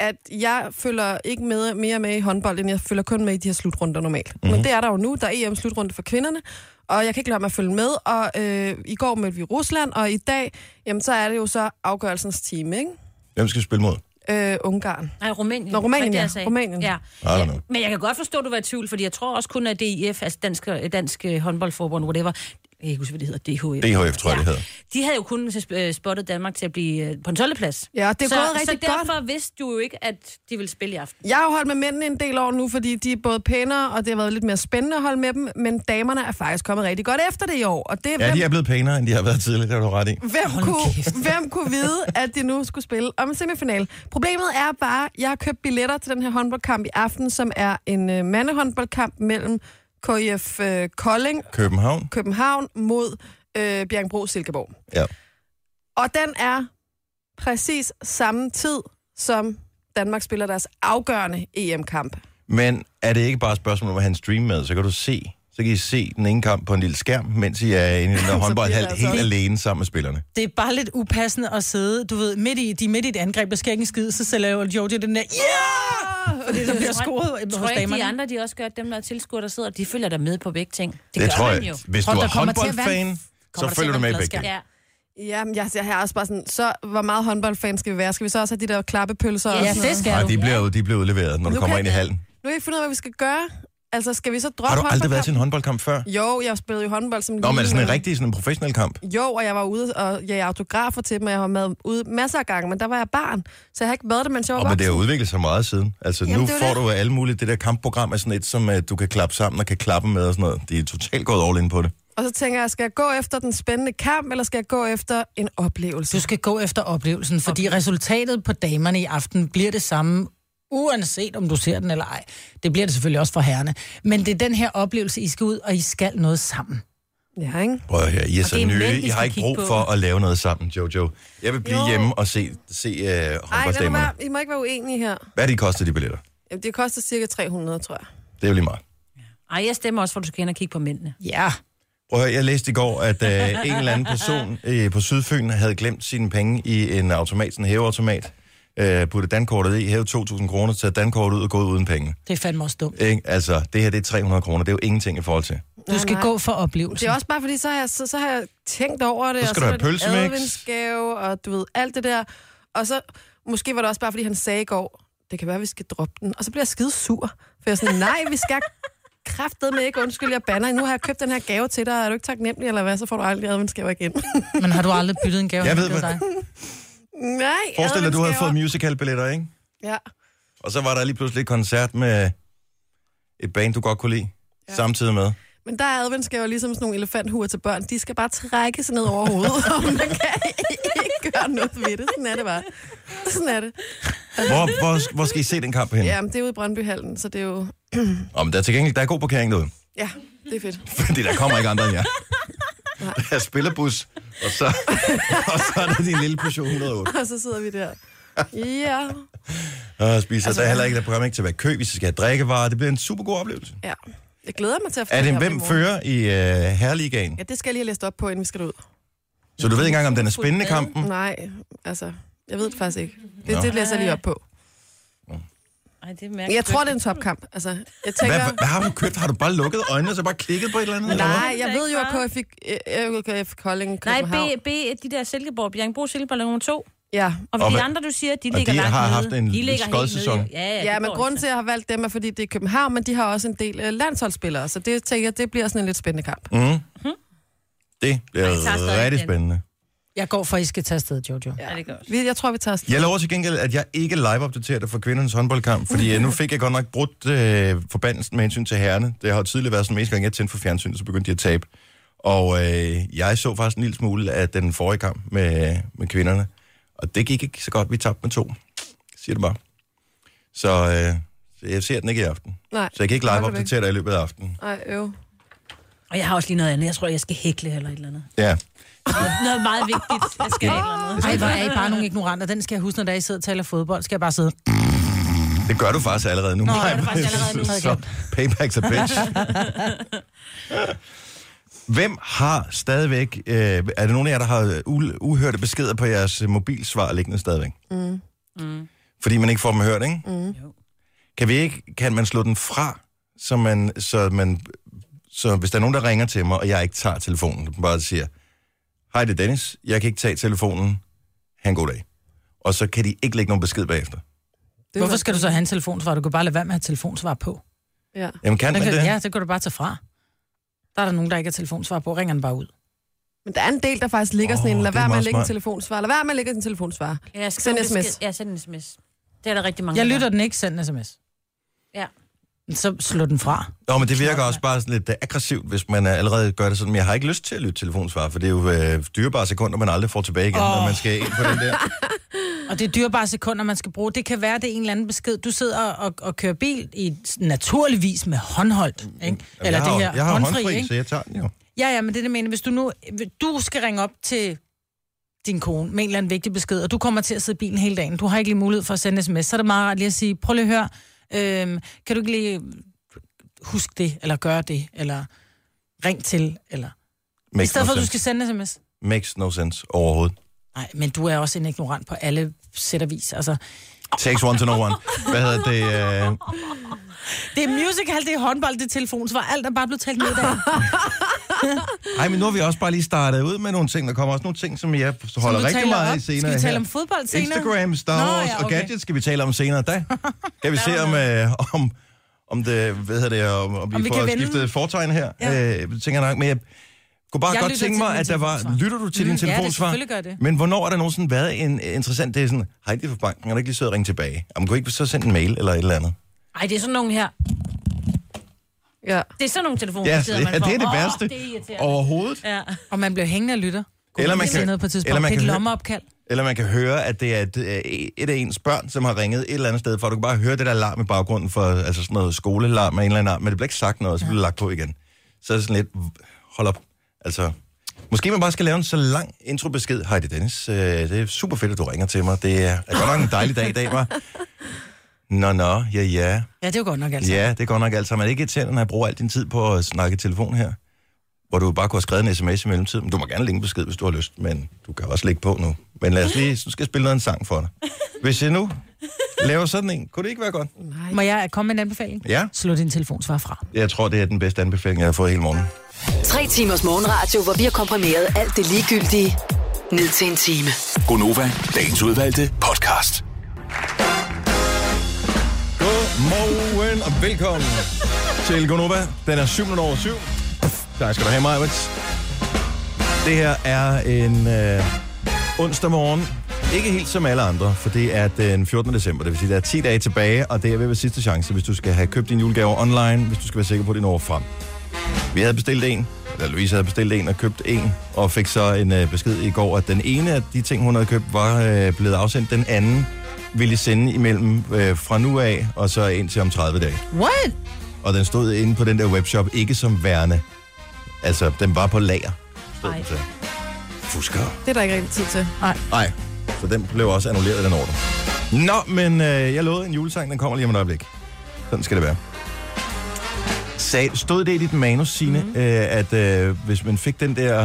[SPEAKER 4] at jeg følger ikke med, mere med i håndbold, end jeg følger kun med i de her slutrunder normalt. Mm-hmm.
[SPEAKER 1] Mhm.
[SPEAKER 4] Men det er der jo nu. Der er EM-slutrunde for kvinderne, og jeg kan ikke lade mig at følge med. Og øh, i går mødte vi Rusland, og i dag, jamen, så er det jo så afgørelsens time, ikke?
[SPEAKER 1] Hvem skal vi spille mod?
[SPEAKER 4] Øh, Ungarn.
[SPEAKER 3] Nej, Rumænien.
[SPEAKER 4] Nå, Rumænien,
[SPEAKER 3] Hvad det,
[SPEAKER 4] ja.
[SPEAKER 3] jeg sagde.
[SPEAKER 4] Rumænien.
[SPEAKER 3] Ja.
[SPEAKER 1] I don't know.
[SPEAKER 3] Men jeg kan godt forstå, at du var i tvivl, fordi jeg tror også kun, at DIF, altså Dansk, Dansk øh, Håndboldforbund, whatever, jeg kan ikke huske, hvad det hedder, DHF.
[SPEAKER 1] DHF, tror jeg, det
[SPEAKER 3] Ja.
[SPEAKER 1] hedder.
[SPEAKER 3] De havde jo kun øh, spottet Danmark til at blive øh, på en 12. plads.
[SPEAKER 4] Ja, det er
[SPEAKER 3] så,
[SPEAKER 4] gået
[SPEAKER 3] så
[SPEAKER 4] rigtig
[SPEAKER 3] derfor vidste du jo ikke, at de ville spille i aften.
[SPEAKER 4] Jeg har jo holdt med mændene en del år nu, fordi de er både pænere, og det har været lidt mere spændende at holde med dem, men damerne er faktisk kommet rigtig godt efter det i år. Og det,
[SPEAKER 1] Ja,
[SPEAKER 4] hvem,
[SPEAKER 1] de er blevet pænere, end de har været tidligere, det har du ret i.
[SPEAKER 4] hvem,
[SPEAKER 2] nu
[SPEAKER 4] kunne,
[SPEAKER 2] kæft.
[SPEAKER 4] hvem kunne vide, at de nu skulle spille om en semifinal? Problemet er bare, at jeg har købt billetter til den her håndboldkamp i aften, som er en øh, mandehåndboldkamp mellem KIF øh, Kolding,
[SPEAKER 1] København?
[SPEAKER 4] København mod øh, Bjergbro Silkeborg.
[SPEAKER 1] Ja.
[SPEAKER 4] Og den er præcis samme tid, som Danmark spiller deres afgørende E EM-kamp.
[SPEAKER 1] Men er det ikke bare et spørgsmål om at have en stream med? Så kan du se, så kan I se den ene kamp på en lille skærm, mens I er inde i den der håndboldhal
[SPEAKER 4] altså-
[SPEAKER 1] helt alene sammen med spillerne.
[SPEAKER 2] det er bare lidt upassende at sidde, du ved, midt i, de er midt i et angreb, der sker ikke en skid, så sælger jo Jojo den der, yeah! Fordi der bliver
[SPEAKER 4] øh,
[SPEAKER 2] scoret
[SPEAKER 3] Tror
[SPEAKER 2] hos
[SPEAKER 3] jeg ikke, de
[SPEAKER 2] damerne.
[SPEAKER 3] andre, de også gør, at dem, der er tilskuere, der sidder, de følger dig med på begge ting. Det,
[SPEAKER 1] Det
[SPEAKER 3] gør
[SPEAKER 1] tror
[SPEAKER 3] man
[SPEAKER 1] jeg.
[SPEAKER 3] jo.
[SPEAKER 1] Hvis du
[SPEAKER 2] Tror du,
[SPEAKER 1] er
[SPEAKER 2] der kommer til at være en-
[SPEAKER 1] håndboldfan, så følger du med i begge.
[SPEAKER 3] Ja.
[SPEAKER 4] Jamen, jeg, jeg har også bare sådan, så hvor meget håndboldfan skal vi være? Skal vi så også have de der klappepølser? og
[SPEAKER 3] Ja,
[SPEAKER 4] sådan
[SPEAKER 3] det
[SPEAKER 4] noget?
[SPEAKER 3] skal
[SPEAKER 1] Nej,
[SPEAKER 3] du.
[SPEAKER 1] de bliver, de bliver udleveret, når du
[SPEAKER 4] Nu
[SPEAKER 1] kommer ind
[SPEAKER 4] kan
[SPEAKER 1] i
[SPEAKER 4] jeg-
[SPEAKER 1] hallen.
[SPEAKER 4] Nu har jeg ikke fundet ud af, hvad vi skal gøre. Altså, skal vi så droppe
[SPEAKER 1] Har du aldrig været til
[SPEAKER 4] håndboldkampen?
[SPEAKER 1] en håndboldkamp før?
[SPEAKER 4] Jo, jeg spillede jo håndbold som
[SPEAKER 1] Nå,
[SPEAKER 4] lille.
[SPEAKER 1] men sådan en rigtig sådan en professionel kamp.
[SPEAKER 4] Jo, og jeg var ude og jeg autografer til dem, og jeg har været ude masser af gange, men der var jeg barn, så jeg har ikke været der, mens jeg var
[SPEAKER 1] Og men det
[SPEAKER 4] voksen.
[SPEAKER 1] har udviklet sig meget siden. Altså,
[SPEAKER 4] Jamen,
[SPEAKER 1] nu
[SPEAKER 4] det er jo
[SPEAKER 1] får
[SPEAKER 4] det.
[SPEAKER 1] du alle mulige... Det der kampprogram er sådan et, som uh, du kan klappe sammen og kan klappe med og sådan noget. Det er totalt gået all in på det.
[SPEAKER 4] Og så tænker jeg, skal jeg gå efter den spændende kamp, eller skal jeg gå efter en oplevelse?
[SPEAKER 2] Du skal gå efter oplevelsen, fordi resultatet på damerne i aften bliver det samme, uanset om du ser den eller ej. Det bliver det selvfølgelig også for herrene. Men det er den her oplevelse, I skal ud, og I skal noget sammen.
[SPEAKER 4] Ja, ikke?
[SPEAKER 1] Prøv at høre, I er
[SPEAKER 3] det
[SPEAKER 1] så
[SPEAKER 3] er mænd,
[SPEAKER 1] nye.
[SPEAKER 3] vi
[SPEAKER 1] I
[SPEAKER 3] skal
[SPEAKER 1] har ikke
[SPEAKER 3] kigge
[SPEAKER 1] brug
[SPEAKER 3] på.
[SPEAKER 1] for at lave noget sammen, Jojo. Jeg vil blive
[SPEAKER 4] Jo.
[SPEAKER 1] hjemme og se, se uh,
[SPEAKER 4] Ej, lad nu
[SPEAKER 1] håndboldsdamerne.
[SPEAKER 4] være. I må ikke være uenige her.
[SPEAKER 1] Hvad er de kostet, de billetter?
[SPEAKER 4] Jamen, det koster cirka 300, tror jeg.
[SPEAKER 1] Det er jo lige meget.
[SPEAKER 3] Ej, jeg stemmer også, for at du skal ind og kigge på mændene.
[SPEAKER 2] Ja.
[SPEAKER 1] Prøv at høre, jeg læste i går, at øh, en eller anden person øh, på Sydfyn havde glemt sine penge i en automat, sådan en hæveautomat. øh, putte dankortet i, hæve 2.000 kroner, tage dankortet ud og gå ud uden penge.
[SPEAKER 2] Det er fandme også dumt.
[SPEAKER 1] Ikke? Altså, det her det er 300 kroner, det er jo ingenting i forhold til.
[SPEAKER 2] Du skal
[SPEAKER 4] nej.
[SPEAKER 2] gå for oplevelsen.
[SPEAKER 4] Det er også bare fordi, så har jeg, så, så har jeg tænkt over det.
[SPEAKER 1] Så skal
[SPEAKER 4] og
[SPEAKER 1] du have
[SPEAKER 4] var det en
[SPEAKER 1] pølsemix.
[SPEAKER 4] adventsgave, og du ved, alt det der. Og så, måske var det også bare, fordi han sagde i går, det kan være, vi skal droppe den. Og så bliver jeg skide sur. For jeg er sådan, nej, vi skal kraftedeme med ikke undskylde, jeg banner. Nu har jeg købt den her gave til dig, er du ikke taknemmelig, eller hvad? Så får du aldrig adventsgaver igen.
[SPEAKER 2] Men har du aldrig byttet en gave?
[SPEAKER 1] Jeg
[SPEAKER 2] når
[SPEAKER 1] ved,
[SPEAKER 2] det er
[SPEAKER 1] men-
[SPEAKER 2] dig?
[SPEAKER 4] nej,
[SPEAKER 1] Forestil dig, du havde
[SPEAKER 4] adventsgaver.
[SPEAKER 1] fået musicalbilletter, ikke?
[SPEAKER 4] Ja.
[SPEAKER 1] Og så var der lige pludselig et koncert med et band, du godt kunne lide, ja. samtidig med.
[SPEAKER 4] Men der er adventsgaver ligesom sådan nogle elefanthuer til børn. De skal bare trække sig ned over hovedet, og man kan ikke gøre noget ved det. Sådan er det bare. Sådan er det.
[SPEAKER 1] Hvor, hvor, hvor skal I se den kamp hen? Ja.
[SPEAKER 4] Ja, men det er ude i Brøndbyhallen, så det er jo...
[SPEAKER 1] Om der er til gengæld, der er god parkering derude.
[SPEAKER 4] Ja, det er fedt.
[SPEAKER 1] Fordi der kommer ikke andre end jer. Der er spillerbus, og så, og så er der din lille Peugeot 108.
[SPEAKER 4] Og så sidder vi der. Ja.
[SPEAKER 1] Og spiser. Altså, der er heller ikke, der program ikke til at være i kø, hvis I skal have drikkevarer. Det bliver en super god oplevelse.
[SPEAKER 4] ja. Jeg glæder mig til at få
[SPEAKER 1] Er det en
[SPEAKER 4] her op i
[SPEAKER 1] hvem
[SPEAKER 4] morgen.
[SPEAKER 1] fører i øh, herreligaen?
[SPEAKER 4] Ja, det skal jeg lige have læst op på, inden vi skal ud.
[SPEAKER 1] Så du ved ikke engang, om den er spændende kampen?
[SPEAKER 4] Nej, altså, jeg ved det faktisk ikke.
[SPEAKER 1] Mm. Nå.
[SPEAKER 4] Det, det læser jeg lige op på.
[SPEAKER 3] Ej, det er mærkeligt.
[SPEAKER 4] Jeg tror, det er en topkamp. Altså, jeg tænker...
[SPEAKER 1] Hvad, hvad har du købt? Har du bare lukket øjnene og så bare klikket på et eller andet? eller hvad?
[SPEAKER 4] Nej, jeg ved jo, at KF, øh, øh, KF Kolding
[SPEAKER 3] Nej,
[SPEAKER 4] København...
[SPEAKER 3] B, B, de der Silkeborg, Bjergenbro Silkeborg nummer to.
[SPEAKER 4] Ja,
[SPEAKER 3] Og,
[SPEAKER 1] Og
[SPEAKER 3] og de
[SPEAKER 1] hvad-
[SPEAKER 3] andre, du siger, de
[SPEAKER 1] og
[SPEAKER 3] ligger
[SPEAKER 1] de
[SPEAKER 3] langt
[SPEAKER 1] har
[SPEAKER 3] nede.
[SPEAKER 1] haft en
[SPEAKER 3] de ligger helt
[SPEAKER 1] skodsæson.
[SPEAKER 3] nede. Ja, ja,
[SPEAKER 4] Ja,
[SPEAKER 3] det
[SPEAKER 4] men
[SPEAKER 3] går
[SPEAKER 4] grunden
[SPEAKER 3] altså.
[SPEAKER 4] til, at jeg har valgt dem, er, fordi det er København, men de har også en del øh, landsholdsspillere, så det tænker jeg, det bliver sådan en lidt spændende kamp. Mm.
[SPEAKER 1] Det bliver
[SPEAKER 3] Ej, jeg tager stadig
[SPEAKER 1] rigtig
[SPEAKER 3] den.
[SPEAKER 1] spændende.
[SPEAKER 2] Jeg går for, at I skal tage afsted, Jojo.
[SPEAKER 3] Ja, det altså. gør også.
[SPEAKER 4] Vi, jeg tror, vi tager os.
[SPEAKER 1] Jeg lover til gengæld, at jeg ikke live-opdaterer dig for kvindernes håndboldkamp, fordi øh, nu fik jeg godt nok brudt øh, forbandelsen med hensyn til herrene. Det har jo tidligere været sådan, at gang jeg tændte for fjernsynet, så begyndte de at tabe. Og øh, jeg så faktisk en lille smule af den forrige kamp med, med kvinderne, og det gik ikke så godt. Vi tabte med to. Siger det bare. Så, øh, så jeg ser den ikke i aften.
[SPEAKER 4] Nej.
[SPEAKER 1] Så jeg kan ikke
[SPEAKER 4] Hold da væk.
[SPEAKER 1] live-opdatere dig i løbet af aftenen.
[SPEAKER 4] Ej, øv.
[SPEAKER 3] Og jeg har også lige noget andet. Jeg tror, jeg skal hækle eller et eller andet.
[SPEAKER 1] Ja.
[SPEAKER 3] Noget meget vigtigt. Jeg skal et eller andet.
[SPEAKER 2] Ej, hvor er I bare nogle ignoranter. Den skal jeg huske, når der I sidder og taler fodbold. Skal jeg bare sidde.
[SPEAKER 1] Det gør du faktisk allerede nu. Nå,
[SPEAKER 2] jeg gør det faktisk allerede nu.
[SPEAKER 1] så payback's a bitch. Hvem har stadigvæk... Øh, er det nogen af jer, der har u- uhørte beskeder på jeres øh, mobilsvar liggende stadigvæk? Mm. Mm. Fordi man ikke får dem hørt, ikke? Mm. Kan, vi ikke, kan man slå den fra, så, man, så, man, så hvis der er nogen, der ringer til mig, og jeg ikke tager telefonen, bare siger, hej, det er Dennis, jeg kan ikke tage telefonen, ha' en god dag. Og så kan de ikke lægge nogen besked bagefter.
[SPEAKER 4] Det
[SPEAKER 2] Hvorfor skal du så have en telefonsvar? Du kan bare lade være med at have telefonsvar på.
[SPEAKER 4] Ja.
[SPEAKER 1] Jamen, kan
[SPEAKER 2] Den
[SPEAKER 1] man
[SPEAKER 2] kan,
[SPEAKER 1] det?
[SPEAKER 2] ja, det kan du bare tage fra. Der er der nogen, der ikke har telefonsvar på. Ringer den bare ud.
[SPEAKER 4] Men der er en del, der faktisk ligger oh, sådan
[SPEAKER 1] Åh,
[SPEAKER 4] en, lad
[SPEAKER 1] det er
[SPEAKER 4] være med at
[SPEAKER 1] meget
[SPEAKER 4] lægge en
[SPEAKER 1] smart.
[SPEAKER 4] telefonsvar, lad være med at lægge en telefonsvar.
[SPEAKER 3] Ja, skal
[SPEAKER 4] Send
[SPEAKER 3] du
[SPEAKER 4] sms.
[SPEAKER 3] besked- Ja, send en sms. Det er der rigtig mange.
[SPEAKER 2] Jeg
[SPEAKER 3] der
[SPEAKER 2] lytter
[SPEAKER 3] gør.
[SPEAKER 2] den ikke, send en sms.
[SPEAKER 3] Ja.
[SPEAKER 2] Så slå den fra.
[SPEAKER 1] Nå, men det virker også bare sådan lidt øh, aggressivt, hvis man øh, allerede gør det sådan. Men jeg har ikke lyst til at lytte telefonsvar, for det er jo øh, dyrebare sekunder, man aldrig får tilbage igen, oh. når man skal ind på den der.
[SPEAKER 2] Og det er dyrbare sekunder, man skal bruge. Det kan være, det er en eller anden besked. Du sidder og, og kører bil i naturligvis med håndholdt, ikke? Eller
[SPEAKER 1] Mm. jeg har,
[SPEAKER 2] det
[SPEAKER 1] jo-
[SPEAKER 2] her
[SPEAKER 1] jeg har
[SPEAKER 2] håndfri,
[SPEAKER 1] håndfri,
[SPEAKER 2] ikke?
[SPEAKER 1] så jeg tager den jo.
[SPEAKER 2] Ja, ja, men det er det, jeg mener. Hvis du nu du skal ringe op til din kone med en eller anden vigtig besked, og du kommer til at sidde i bilen hele dagen, du har ikke lige mulighed for at sende sms, så er det meget rart lige at sige, prøv lige at høre, øhm, kan du ikke lige huske det, eller gøre det, eller ring til, eller... I
[SPEAKER 1] Makes
[SPEAKER 2] stedet
[SPEAKER 1] no
[SPEAKER 2] for, at du
[SPEAKER 1] sense.
[SPEAKER 2] skal sende en sms.
[SPEAKER 1] Makes no sense overhovedet.
[SPEAKER 2] Nej, men du er også en ignorant på alle sæt og vis. Altså,
[SPEAKER 1] Takes one to know one. Hvad hedder det? Øh,
[SPEAKER 2] det er musical, det er håndbold, det er telefonsvar. Alt er bare blevet talt ned i dag.
[SPEAKER 1] Ej, men nu har vi også bare lige startet ud med nogle ting. Der kommer også nogle ting, som jeg holder
[SPEAKER 2] du
[SPEAKER 1] rigtig
[SPEAKER 2] taler
[SPEAKER 1] meget
[SPEAKER 2] op.
[SPEAKER 1] i senere
[SPEAKER 2] Skal vi tale
[SPEAKER 1] her.
[SPEAKER 2] om fodbold senere?
[SPEAKER 1] Instagram, Star
[SPEAKER 2] Nå,
[SPEAKER 1] Wars
[SPEAKER 2] ja,
[SPEAKER 1] og
[SPEAKER 2] okay.
[SPEAKER 1] gadgets skal vi tale om senere da. Kan vi se om, øh, om, om det, hvad hedder det, om, om,
[SPEAKER 2] Om
[SPEAKER 1] vi
[SPEAKER 2] vi
[SPEAKER 1] får
[SPEAKER 2] kan vende
[SPEAKER 1] skiftet
[SPEAKER 2] den.
[SPEAKER 1] fortegn her. Ja.
[SPEAKER 2] Ja.
[SPEAKER 1] Øh, tænker jeg nok, men jeg kunne bare
[SPEAKER 2] Jeg
[SPEAKER 1] godt
[SPEAKER 2] lytter
[SPEAKER 1] tænke
[SPEAKER 2] til
[SPEAKER 1] mig,
[SPEAKER 2] min
[SPEAKER 1] at der var...
[SPEAKER 2] telefonsvar.
[SPEAKER 1] Lytter du til
[SPEAKER 2] Mm,
[SPEAKER 1] din
[SPEAKER 2] ja, det-
[SPEAKER 1] telefonsvar?
[SPEAKER 2] selvfølgelig gør jeg det.
[SPEAKER 1] Men hvornår har der nogensinde været en øh, interessant... Det er sådan, hej, det er fra banken, er du ikke lige sød at ringe tilbage? Jamen, kunne I ikke så sende en mail eller et eller andet?
[SPEAKER 3] Ej, det er sådan nogen her.
[SPEAKER 4] Ja.
[SPEAKER 3] Det er sådan nogle telefoner,
[SPEAKER 1] Ja,
[SPEAKER 3] man
[SPEAKER 1] så, ja, det er det
[SPEAKER 3] Åh,
[SPEAKER 1] værste
[SPEAKER 3] det er irriterende.
[SPEAKER 1] overhovedet.
[SPEAKER 3] Ja.
[SPEAKER 2] Og man bliver hængende og lytter. Kunne
[SPEAKER 1] Eller
[SPEAKER 2] eller
[SPEAKER 1] man
[SPEAKER 2] man
[SPEAKER 1] kan-
[SPEAKER 2] kan... Noget på et tidspunkt.
[SPEAKER 1] eller
[SPEAKER 2] Eller
[SPEAKER 1] man
[SPEAKER 2] man det er
[SPEAKER 1] kan
[SPEAKER 2] et
[SPEAKER 1] høre-
[SPEAKER 2] lommeopkald.
[SPEAKER 1] Eller man kan høre, at det er et, øh, et af ens børn, som har ringet et eller andet sted fra. Du kan bare høre det der larm i baggrunden for altså sådan noget skolelarm af en eller anden art, men det bliver ikke sagt noget, og så bliver det lagt på igen. Så er det sådan lidt, hold op. Altså, måske man bare skal lave en så lang introbesked. Hej, det er Dennis. Øh, Det er super fedt, at du ringer til mig. Det er, er godt nok en dejlig dag i dag, var. Nå, nå, ja, ja.
[SPEAKER 2] Ja, det er jo godt nok altså.
[SPEAKER 1] Ja, det er godt nok alt sammen. Er det ikke irriterende, når jeg bruger al din tid på at snakke i telefon her? Hvor du bare kunne have skrevet en sms i mellemtiden. Du må gerne lægge en besked, hvis du har lyst, men du kan også lægge på nu. Men lad os lige, så skal jeg spille noget af en sang for dig. Hvis jeg nu laver sådan en, kunne det ikke være godt?
[SPEAKER 2] Må jeg komme med en anbefaling?
[SPEAKER 1] Ja.
[SPEAKER 2] Slå din telefonsvar fra.
[SPEAKER 1] Jeg tror, det er den bedste anbefaling, jeg har fået hele morgen.
[SPEAKER 5] Tre timers morgenradio, hvor vi har komprimeret alt det ligegyldige ned til en time.
[SPEAKER 6] Gonova, dagens udvalgte podcast.
[SPEAKER 1] Godmorgen og velkommen til Gonova. Den er 7 over 7. Tak skal du have, Majvits. Det her er en øh, onsdag morgen. Ikke helt som alle andre, for det er den 14. december. Det vil sige, der er 10 dage tilbage, og det er ved at være sidste chance, hvis du skal have købt din julegave online, hvis du skal være sikker på, at den når frem. Vi havde bestilt en, eller Louise havde bestilt en og købt en, og fik så en øh, besked i går, at den ene af de ting, hun havde købt, var øh, blevet afsendt. Den anden ville sende imellem øh, fra nu af, og så indtil om 30 dage.
[SPEAKER 2] What?
[SPEAKER 1] Og den stod inde på den der webshop, ikke som værende. Altså, den var på lager. Stod den til. Fusker.
[SPEAKER 4] Det er der ikke rigtig tid til.
[SPEAKER 1] Nej, så den blev også annulleret, den ordre. Nå, men øh, jeg lovede en julesang, den kommer lige om et øjeblik. Sådan skal det være. Sag, stod det i dit manus, Signe,
[SPEAKER 3] Mhm.
[SPEAKER 1] mm. øh, at øh, hvis man fik den der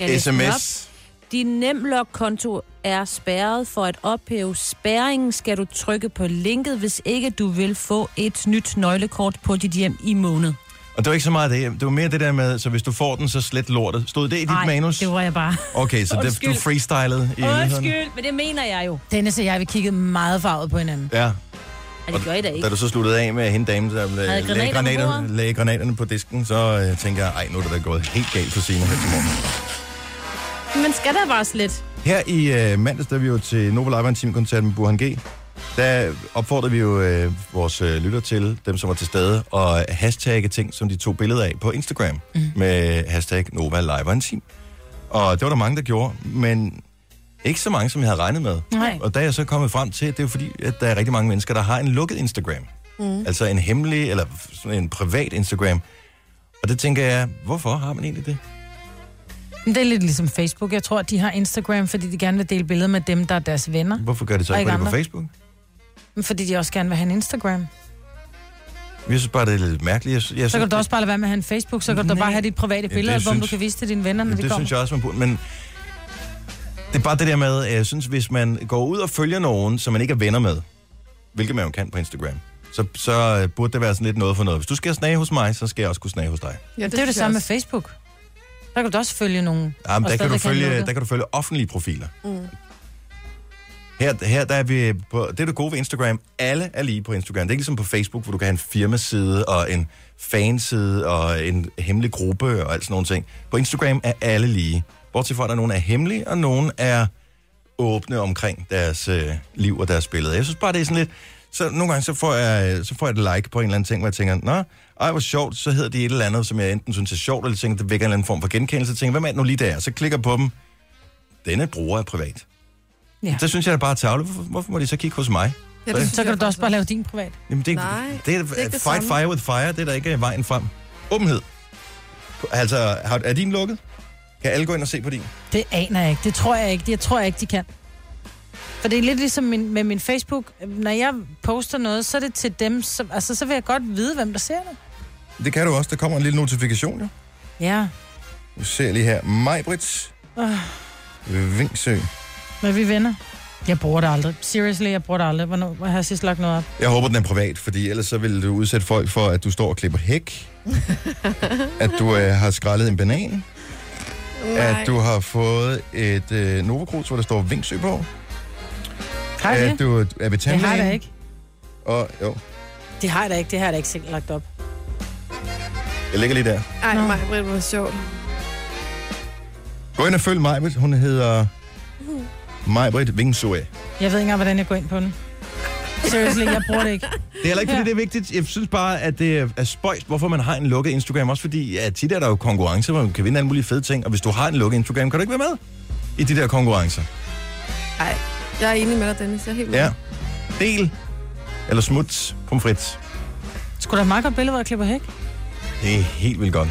[SPEAKER 3] Jeg læser den op.
[SPEAKER 1] sms...
[SPEAKER 3] Din Nemlog-konto er spærret for at ophæve spærringen. Skal du trykke på linket, hvis ikke du vil få et nyt nøglekort på dit hjem i måned?
[SPEAKER 1] Og det var ikke så meget det, det var mere det der med, så hvis du får den, så slet lortet. Stod det i dit
[SPEAKER 3] Nej,
[SPEAKER 1] manus?
[SPEAKER 3] det var jeg bare.
[SPEAKER 1] Okay, så det, du
[SPEAKER 3] Undskyld.
[SPEAKER 1] freestylede i nyhederne?
[SPEAKER 3] Undskyld, men det mener jeg jo. Altså,
[SPEAKER 2] Dennis og jeg, vi kiggede meget farvet på hinanden.
[SPEAKER 1] Ja,
[SPEAKER 3] Og det gør I da ikke.
[SPEAKER 1] da du så sluttede af med at hende dame, der
[SPEAKER 3] Havde
[SPEAKER 1] lagde
[SPEAKER 3] granater på
[SPEAKER 1] granaterne,
[SPEAKER 3] bordet?
[SPEAKER 1] lagde granaterne på disken, så øh, tænker jeg, ej, nu er det da gået helt galt for Signe her til morgen.
[SPEAKER 3] Men skal der bare slet?
[SPEAKER 1] Her i øh, mandags, der vi jo til Novo Live Team koncert med Burhan G. Der opfordrede vi jo øh, vores øh, lytter til, dem som var til stede, og hashtagge ting, som de tog billeder af på Instagram mm.
[SPEAKER 2] Mhm.
[SPEAKER 1] med hashtag Nova Live Team. Og det var der mange, der gjorde, men ikke så mange, som jeg havde regnet med.
[SPEAKER 2] Nej.
[SPEAKER 1] Og da jeg så kommet frem til, det er jo fordi, at der er rigtig mange mennesker, der har en lukket Instagram.
[SPEAKER 2] Mhm.
[SPEAKER 1] Mm. Altså en hemmelig, eller sådan en privat Instagram. Og det tænker jeg, hvorfor har man egentlig det?
[SPEAKER 2] Men Det er lidt ligesom Facebook. Jeg tror, at de har Instagram, fordi de gerne vil dele billeder med dem, der er deres venner.
[SPEAKER 1] Hvorfor gør det så
[SPEAKER 2] Og
[SPEAKER 1] ikke
[SPEAKER 2] ikke
[SPEAKER 1] bare det på
[SPEAKER 2] andre.
[SPEAKER 1] Facebook?
[SPEAKER 2] Men fordi de også gerne vil have en Instagram.
[SPEAKER 1] Jeg synes bare, det er lidt mærkeligt. Jeg, jeg
[SPEAKER 2] Så kan du da også bare lade være med at have en Facebook, så kan du da
[SPEAKER 1] Nej.
[SPEAKER 2] bare have dit private
[SPEAKER 1] det
[SPEAKER 2] billede, hvor du
[SPEAKER 1] synes-
[SPEAKER 2] kan vise til dine venner, når
[SPEAKER 1] Jamen,
[SPEAKER 2] de
[SPEAKER 1] det
[SPEAKER 2] kommer.
[SPEAKER 1] synes jeg også, man burde. Men det er bare det der med, at jeg synes, hvis man går ud og følger nogen, som man ikke er venner med, hvilket man jo kan på Instagram, så, så øh, burde det være sådan lidt noget for noget. Hvis du skal snage hos mig, så skal jeg også kunne snage hos dig.
[SPEAKER 4] Ja,
[SPEAKER 2] Det er jo det samme med Facebook. Der kan du også følge nogen.
[SPEAKER 1] Jamen,
[SPEAKER 2] og
[SPEAKER 1] der, kan du
[SPEAKER 2] stadigvæk have en
[SPEAKER 1] følge,
[SPEAKER 2] lukket.
[SPEAKER 1] der kan du følge offentlige profiler. Mm. Her, her der er vi på, det er det gode ved Instagram. Alle er lige på Instagram. Det er ikke ligesom på Facebook, hvor du kan have en firmaside og en fanside og en hemmelig gruppe og alt sådan nogle ting. På Instagram er alle lige. Bortset fra, at der er nogen der er hemmelige, og nogen er åbne omkring deres øh, liv og deres billeder. Jeg synes bare, det er sådan lidt... Så nogle gange så får, jeg, øh, så får jeg et like på en eller anden ting, hvor jeg tænker, nå, ej, hvor sjovt, så hedder de et eller andet, som jeg enten synes er sjovt, eller tænker, det vækker en eller anden form for genkendelse. Jeg tænker, hvem er det nu lige der? er?" Så klikker jeg på dem. Denne bruger er privat.
[SPEAKER 2] Ja.
[SPEAKER 1] Så synes jeg da bare tavle. Hvorfor, hvorfor må de så kigge hos mig?
[SPEAKER 4] Ja, det synes
[SPEAKER 2] Så
[SPEAKER 4] jeg
[SPEAKER 2] kan du da også
[SPEAKER 4] faktisk
[SPEAKER 2] bare lave din privat.
[SPEAKER 1] Jamen, det, er-
[SPEAKER 4] Nej,
[SPEAKER 1] det, er,
[SPEAKER 4] det er ikke
[SPEAKER 1] det
[SPEAKER 4] det
[SPEAKER 1] fight
[SPEAKER 4] samme.
[SPEAKER 1] fire with fire, det er der ikke vejen frem. Åbenhed. Altså, har, er din lukket? Kan alle gå ind og se på din?
[SPEAKER 2] Det aner jeg ikke. Det tror jeg ikke. Jeg tror jeg ikke, de kan. For det er lidt ligesom min, med min Facebook. Når jeg poster noget, så er det til dem, som, altså så vil jeg godt vide, hvem der ser det.
[SPEAKER 1] Det kan du også. Der kommer en lille notifikation, jo.
[SPEAKER 2] Ja,
[SPEAKER 1] Nu ser jeg lige her. Majbrits. Øh. Vingsø.
[SPEAKER 2] men vi er venner. Jeg bruger det aldrig. Seriously, jeg bruger det aldrig. Hvornår hvor har jeg sidst lagt noget op?
[SPEAKER 1] Jeg håber, den er privat, fordi ellers så vil du udsætte folk for, at du står og klipper hæk. at du øh, har skrællet en banan. Nej. At du har fået et øh, Novokruz, hvor der står Vingsø på.
[SPEAKER 2] Har jeg
[SPEAKER 1] At
[SPEAKER 2] det?
[SPEAKER 1] du er ved
[SPEAKER 2] Det
[SPEAKER 1] tandlægen.
[SPEAKER 2] har jeg da ikke.
[SPEAKER 1] Og, jo,
[SPEAKER 2] Det har jeg da ikke. Det har jeg da ikke selv lagt op.
[SPEAKER 1] jeg ligger lige der.
[SPEAKER 4] Ej, mig, Britt, hvor sjovt.
[SPEAKER 1] Gå ind og følg Majbrit. Hun hedder Majbrit Vingsø.
[SPEAKER 2] Jeg ved ikke engang, hvordan jeg går ind på den. Seriously, jeg bruger det ikke.
[SPEAKER 1] Det er heller ikke, fordi det er vigtigt. Jeg synes bare, at det er spøjst, hvorfor man har en lukket Instagram. Også fordi, ja, tit er der jo konkurrencer, hvor man kan vinde alle mulige fede ting. Og hvis du har en lukket Instagram, kan du ikke være med i de der konkurrencer.
[SPEAKER 4] Ej, jeg er enig med dig, Dennis. Jeg er helt
[SPEAKER 1] Ja. Del eller smut pomfrit.
[SPEAKER 2] Skulle der et meget godt billede, hvor jeg klipper hæk?
[SPEAKER 1] Det er helt vildt godt.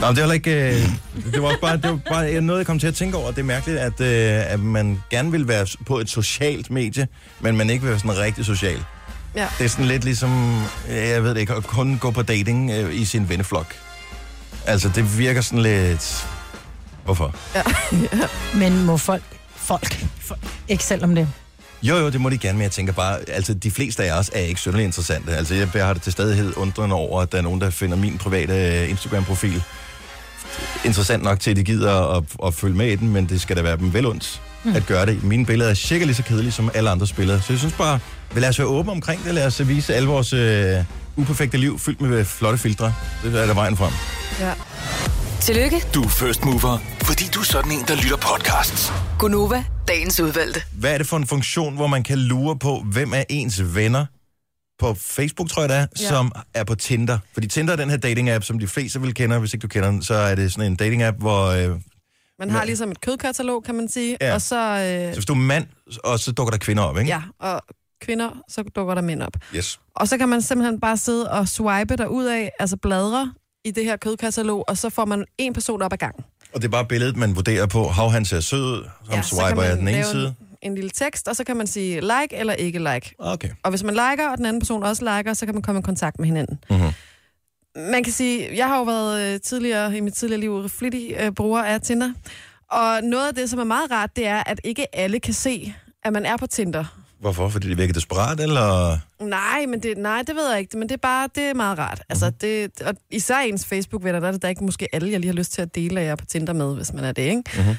[SPEAKER 1] Nå, men det er heller ikke... Øh, det var også bare, det var bare noget, jeg kom til at tænke over. Det er mærkeligt, at, øh, at man gerne vil være på et socialt medie, men man ikke vil være sådan rigtig social.
[SPEAKER 4] Ja.
[SPEAKER 1] Det er sådan lidt ligesom, øh, jeg ved det ikke, at kun gå på dating øh, i sin venneflok. Altså, det virker sådan lidt... Hvorfor?
[SPEAKER 2] Men må folk, folk, folk ikke selv om det.
[SPEAKER 1] Jo, jo, det må de gerne, men jeg tænker bare, altså de fleste af os er ikke synderligt interessante. Altså jeg, jeg har det til stadighed undrende over, at der er nogen, der finder min private øh, Instagram-profil interessant nok til, at de gider at, at følge med i den, men det skal da være dem vel ondt mm. at gøre det. Mine billeder er cirka lige så kedelige som alle andre billeder, så jeg synes bare, lad os være åbne omkring det, lad os vise alle vores øh, uperfekte liv fyldt med flotte filtre. Det er der vejen frem.
[SPEAKER 4] Ja.
[SPEAKER 5] Tillykke,
[SPEAKER 6] Du er first mover, fordi du er sådan en, der lytter podcasts.
[SPEAKER 5] Gunova, dagens udvalgte.
[SPEAKER 1] hvad er det for en funktion, hvor man kan lure på, hvem er ens venner på Facebook, tror jeg det er, ja. som er på Tinder. Fordi Tinder er den her dating-app, som de fleste vil kende, og hvis ikke du kender den, så er det sådan en dating-app, hvor øh,
[SPEAKER 4] Man har ligesom et kødkatalog, kan man sige,
[SPEAKER 1] Ja.
[SPEAKER 4] ja. og så... Øh,
[SPEAKER 1] så hvis du er mand, og så dukker der kvinder op, ikke?
[SPEAKER 4] ja, og kvinder, så dukker der mænd op.
[SPEAKER 1] Yes.
[SPEAKER 4] Og så kan man simpelthen bare sidde og swipe af, altså bladre i det her kødkatalog, og så får man en person op ad gangen.
[SPEAKER 1] Og det er bare billedet, man vurderer på, how han ser sød ud, som ja,
[SPEAKER 4] så kan
[SPEAKER 1] swiper jeg
[SPEAKER 4] man
[SPEAKER 1] den ene
[SPEAKER 4] lave en-
[SPEAKER 1] side.
[SPEAKER 4] En lille tekst, og så kan man sige like eller ikke like.
[SPEAKER 1] Okay.
[SPEAKER 4] Og hvis man liker, og den anden person også liker, så kan man komme i kontakt med hinanden. Mm-hmm. Man kan sige, jeg har jo været øh, tidligere i mit tidligere liv flittig øh, bruger af Tinder. Og noget af det, som er meget rart, det er, at ikke alle kan se, at man er på Tinder.
[SPEAKER 1] Hvorfor? Fordi det virker desperat, eller?
[SPEAKER 4] Nej, men det, nej, det ved jeg ikke. Men det er bare det er meget rart. Altså, det, og især ens Facebook-venner, der er det da ikke måske alle, jeg lige har lyst til at dele, at jeg er på Tinder med, hvis man er det, ikke? Mm-hmm.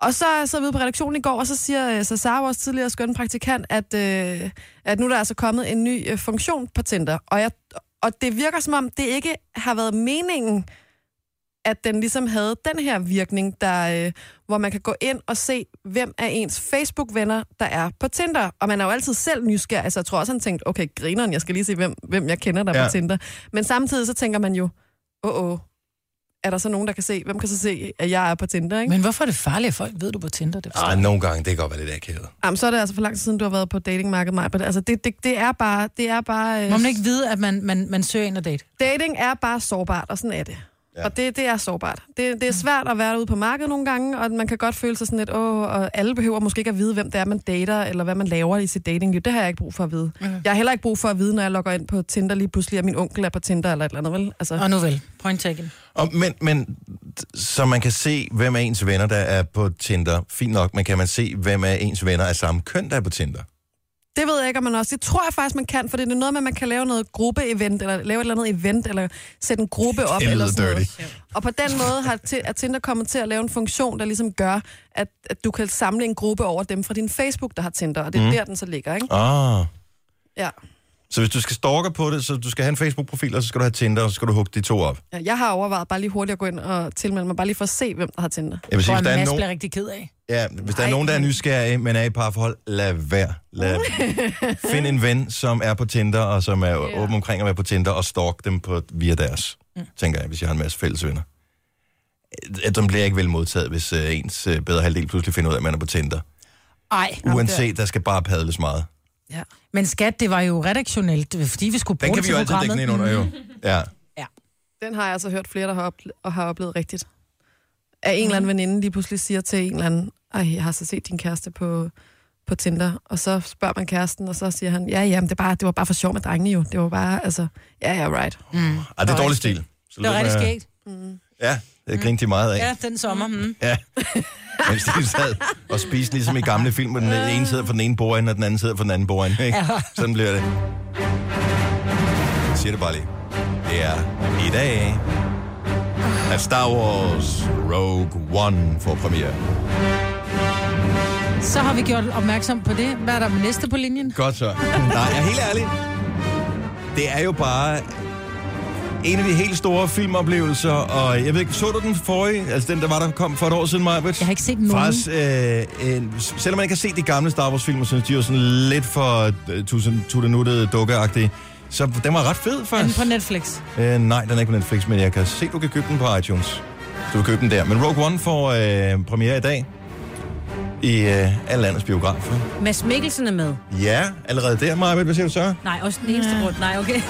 [SPEAKER 4] Og så sad vi ude på redaktionen i går, og så siger øh, så Sara, vores tidligere skønne praktikant, at, øh, at nu er der altså kommet en ny øh, funktion på Tinder. Og, jeg, og det virker som om, det ikke har været meningen, at den ligesom havde den her virkning, der, øh, hvor man kan gå ind og se, hvem af ens Facebook-venner, der er på Tinder. Og man er jo altid selv nysgerrig, så jeg tror også, han tænkte, okay, grineren, jeg skal lige se, hvem, hvem jeg kender, der er
[SPEAKER 1] Ja.
[SPEAKER 4] ja. på Tinder. Men samtidig så tænker man jo, åh, oh, oh, er der så nogen, der kan se, hvem kan så se, at jeg er på Tinder, ikke?
[SPEAKER 2] Men hvorfor er det farligt, at folk ved, du er på Tinder? Det forstår
[SPEAKER 1] Ah,
[SPEAKER 2] jeg
[SPEAKER 1] nogle gange, det kan godt være lidt akavet.
[SPEAKER 4] Jamen, så er det altså for lang tid siden, du har været på datingmarkedet, Maja. Altså, det, det, det er bare... Det er bare
[SPEAKER 2] ikke.
[SPEAKER 4] øh,
[SPEAKER 2] Må man ikke vide, at man, man, man søger ind og date?
[SPEAKER 4] Dating er bare sårbart, og sådan er det.
[SPEAKER 1] Ja.
[SPEAKER 4] Ja. Og det, det er sårbart. Det, det er svært at være ude på markedet nogle gange, og man kan godt føle sig sådan lidt, åh, og alle behøver måske ikke at vide, hvem det er, man dater, eller hvad man laver i sit datingliv. Det har jeg ikke brug for at vide. Mm. Jeg har heller ikke brug for at vide, når jeg logger ind på Tinder lige pludselig, at min onkel er på Tinder eller et eller andet, vel? Altså,
[SPEAKER 2] Og nu vel, point taken.
[SPEAKER 1] Og, men, men så man kan se, hvem er ens venner, der er på Tinder. Fint nok, men kan man se, hvem er ens venner af samme køn, der er på Tinder?
[SPEAKER 4] Det ved jeg ikke, om man også... Det tror jeg faktisk, man kan, for det er noget med, at man kan lave noget gruppe-event, eller lave et eller andet event, eller sætte en gruppe op,
[SPEAKER 1] Det
[SPEAKER 4] eller
[SPEAKER 1] lyder
[SPEAKER 4] sådan noget.
[SPEAKER 1] dirty.
[SPEAKER 4] Og på den måde har ti- er Tinder kommet til at lave en funktion, der ligesom gør, at, at du kan samle en gruppe over dem fra din Facebook, der har Tinder, og det er mm. der, den så ligger, ikke?
[SPEAKER 1] Ah.
[SPEAKER 4] Ja.
[SPEAKER 1] Så hvis du skal stalke på det, så du skal have en Facebook-profil, og så skal du have Tinder, og så skal du hugge de to op.
[SPEAKER 4] Ja, Jeg har overvejet bare lige hurtigt at gå ind og tilmelde mig, bare lige for at se, hvem der har Tinder.
[SPEAKER 1] Jeg vil
[SPEAKER 2] Hvor
[SPEAKER 1] sige, hvis der,
[SPEAKER 2] en
[SPEAKER 1] er
[SPEAKER 2] masse bliver
[SPEAKER 1] nogen,
[SPEAKER 2] rigtig ked af.
[SPEAKER 1] ja, hvis der er nogen, der er nysgerrige, men er i parforhold, lad være. Lad
[SPEAKER 2] Uh.
[SPEAKER 1] Find en ven, som er på Tinder, og som er åben omkring at være på Tinder, og stalk dem på, via deres,
[SPEAKER 2] Mm.
[SPEAKER 1] tænker jeg, hvis jeg har en masse fælles venner. At de bliver ikke vel modtaget, hvis øh, ens øh, bedre halvdel pludselig finder ud af, at man er på Tinder.
[SPEAKER 2] Ej,
[SPEAKER 1] Uanset, der skal bare padles meget.
[SPEAKER 4] Ja.
[SPEAKER 2] men skat, det var jo redaktionelt, fordi vi skulle bruge
[SPEAKER 1] Den kan
[SPEAKER 2] det
[SPEAKER 1] vi
[SPEAKER 2] til
[SPEAKER 1] jo altid
[SPEAKER 2] programmet. Mm-hmm.
[SPEAKER 1] dække ned under, jo. Ja.
[SPEAKER 4] Den har jeg altså hørt flere, der har, ople- og har oplevet rigtigt. At en eller anden veninde lige pludselig siger til en eller anden, ej, jeg har så set din kæreste på, på Tinder, og så spørger man kæresten, og så siger han, ja, ja, men det, er bare, det var bare for sjov med drengene jo. Det var bare, altså, ja, ja, right.
[SPEAKER 1] Ej, det er dårlig stil. Så
[SPEAKER 2] Det var
[SPEAKER 1] lad
[SPEAKER 2] rigtig
[SPEAKER 1] mig-
[SPEAKER 2] skægt.
[SPEAKER 1] Ja, det grinte de meget af.
[SPEAKER 2] Mm. Ja, den sommer. Mm.
[SPEAKER 1] Ja. Mens de sad og spiste ligesom i gamle film, hvor den ene sidder for den ene bordende, og den anden sidder for den anden bordende. Ikke?
[SPEAKER 2] Ja.
[SPEAKER 1] Sådan bliver det. Jeg siger det bare lige. Det er i dag, at Star Wars Rogue One får premiere.
[SPEAKER 2] Så har vi gjort opmærksom på det. Hvad er der med næste på linjen?
[SPEAKER 1] Godt så. Nej, jeg er helt ærlig. Det er jo bare en af de helt store filmoplevelser, og jeg ved ikke, så du den forrige? Altså den, der var der kom for et år siden, Majbrit?
[SPEAKER 2] Jeg har ikke set nogen.
[SPEAKER 1] Faktisk, øh, øh, selvom man ikke har set de gamle Star Wars-filmer, synes de er jo sådan lidt for øh, tusen- tuttenuttede dukkeagtige. Så den var ret fed,
[SPEAKER 2] Er den
[SPEAKER 1] faktisk.
[SPEAKER 2] på Netflix?
[SPEAKER 1] Øh, nej, den er ikke på Netflix, men jeg kan se, du kan købe den på iTunes. Du kan købe den der. Men Rogue One får øh, premiere i dag i øh, alle landets biografer.
[SPEAKER 3] Mads Mikkelsen er med.
[SPEAKER 1] Ja, allerede der, Maja. Hvad siger du så?
[SPEAKER 3] Nej, også den eneste grund. Nej, okay.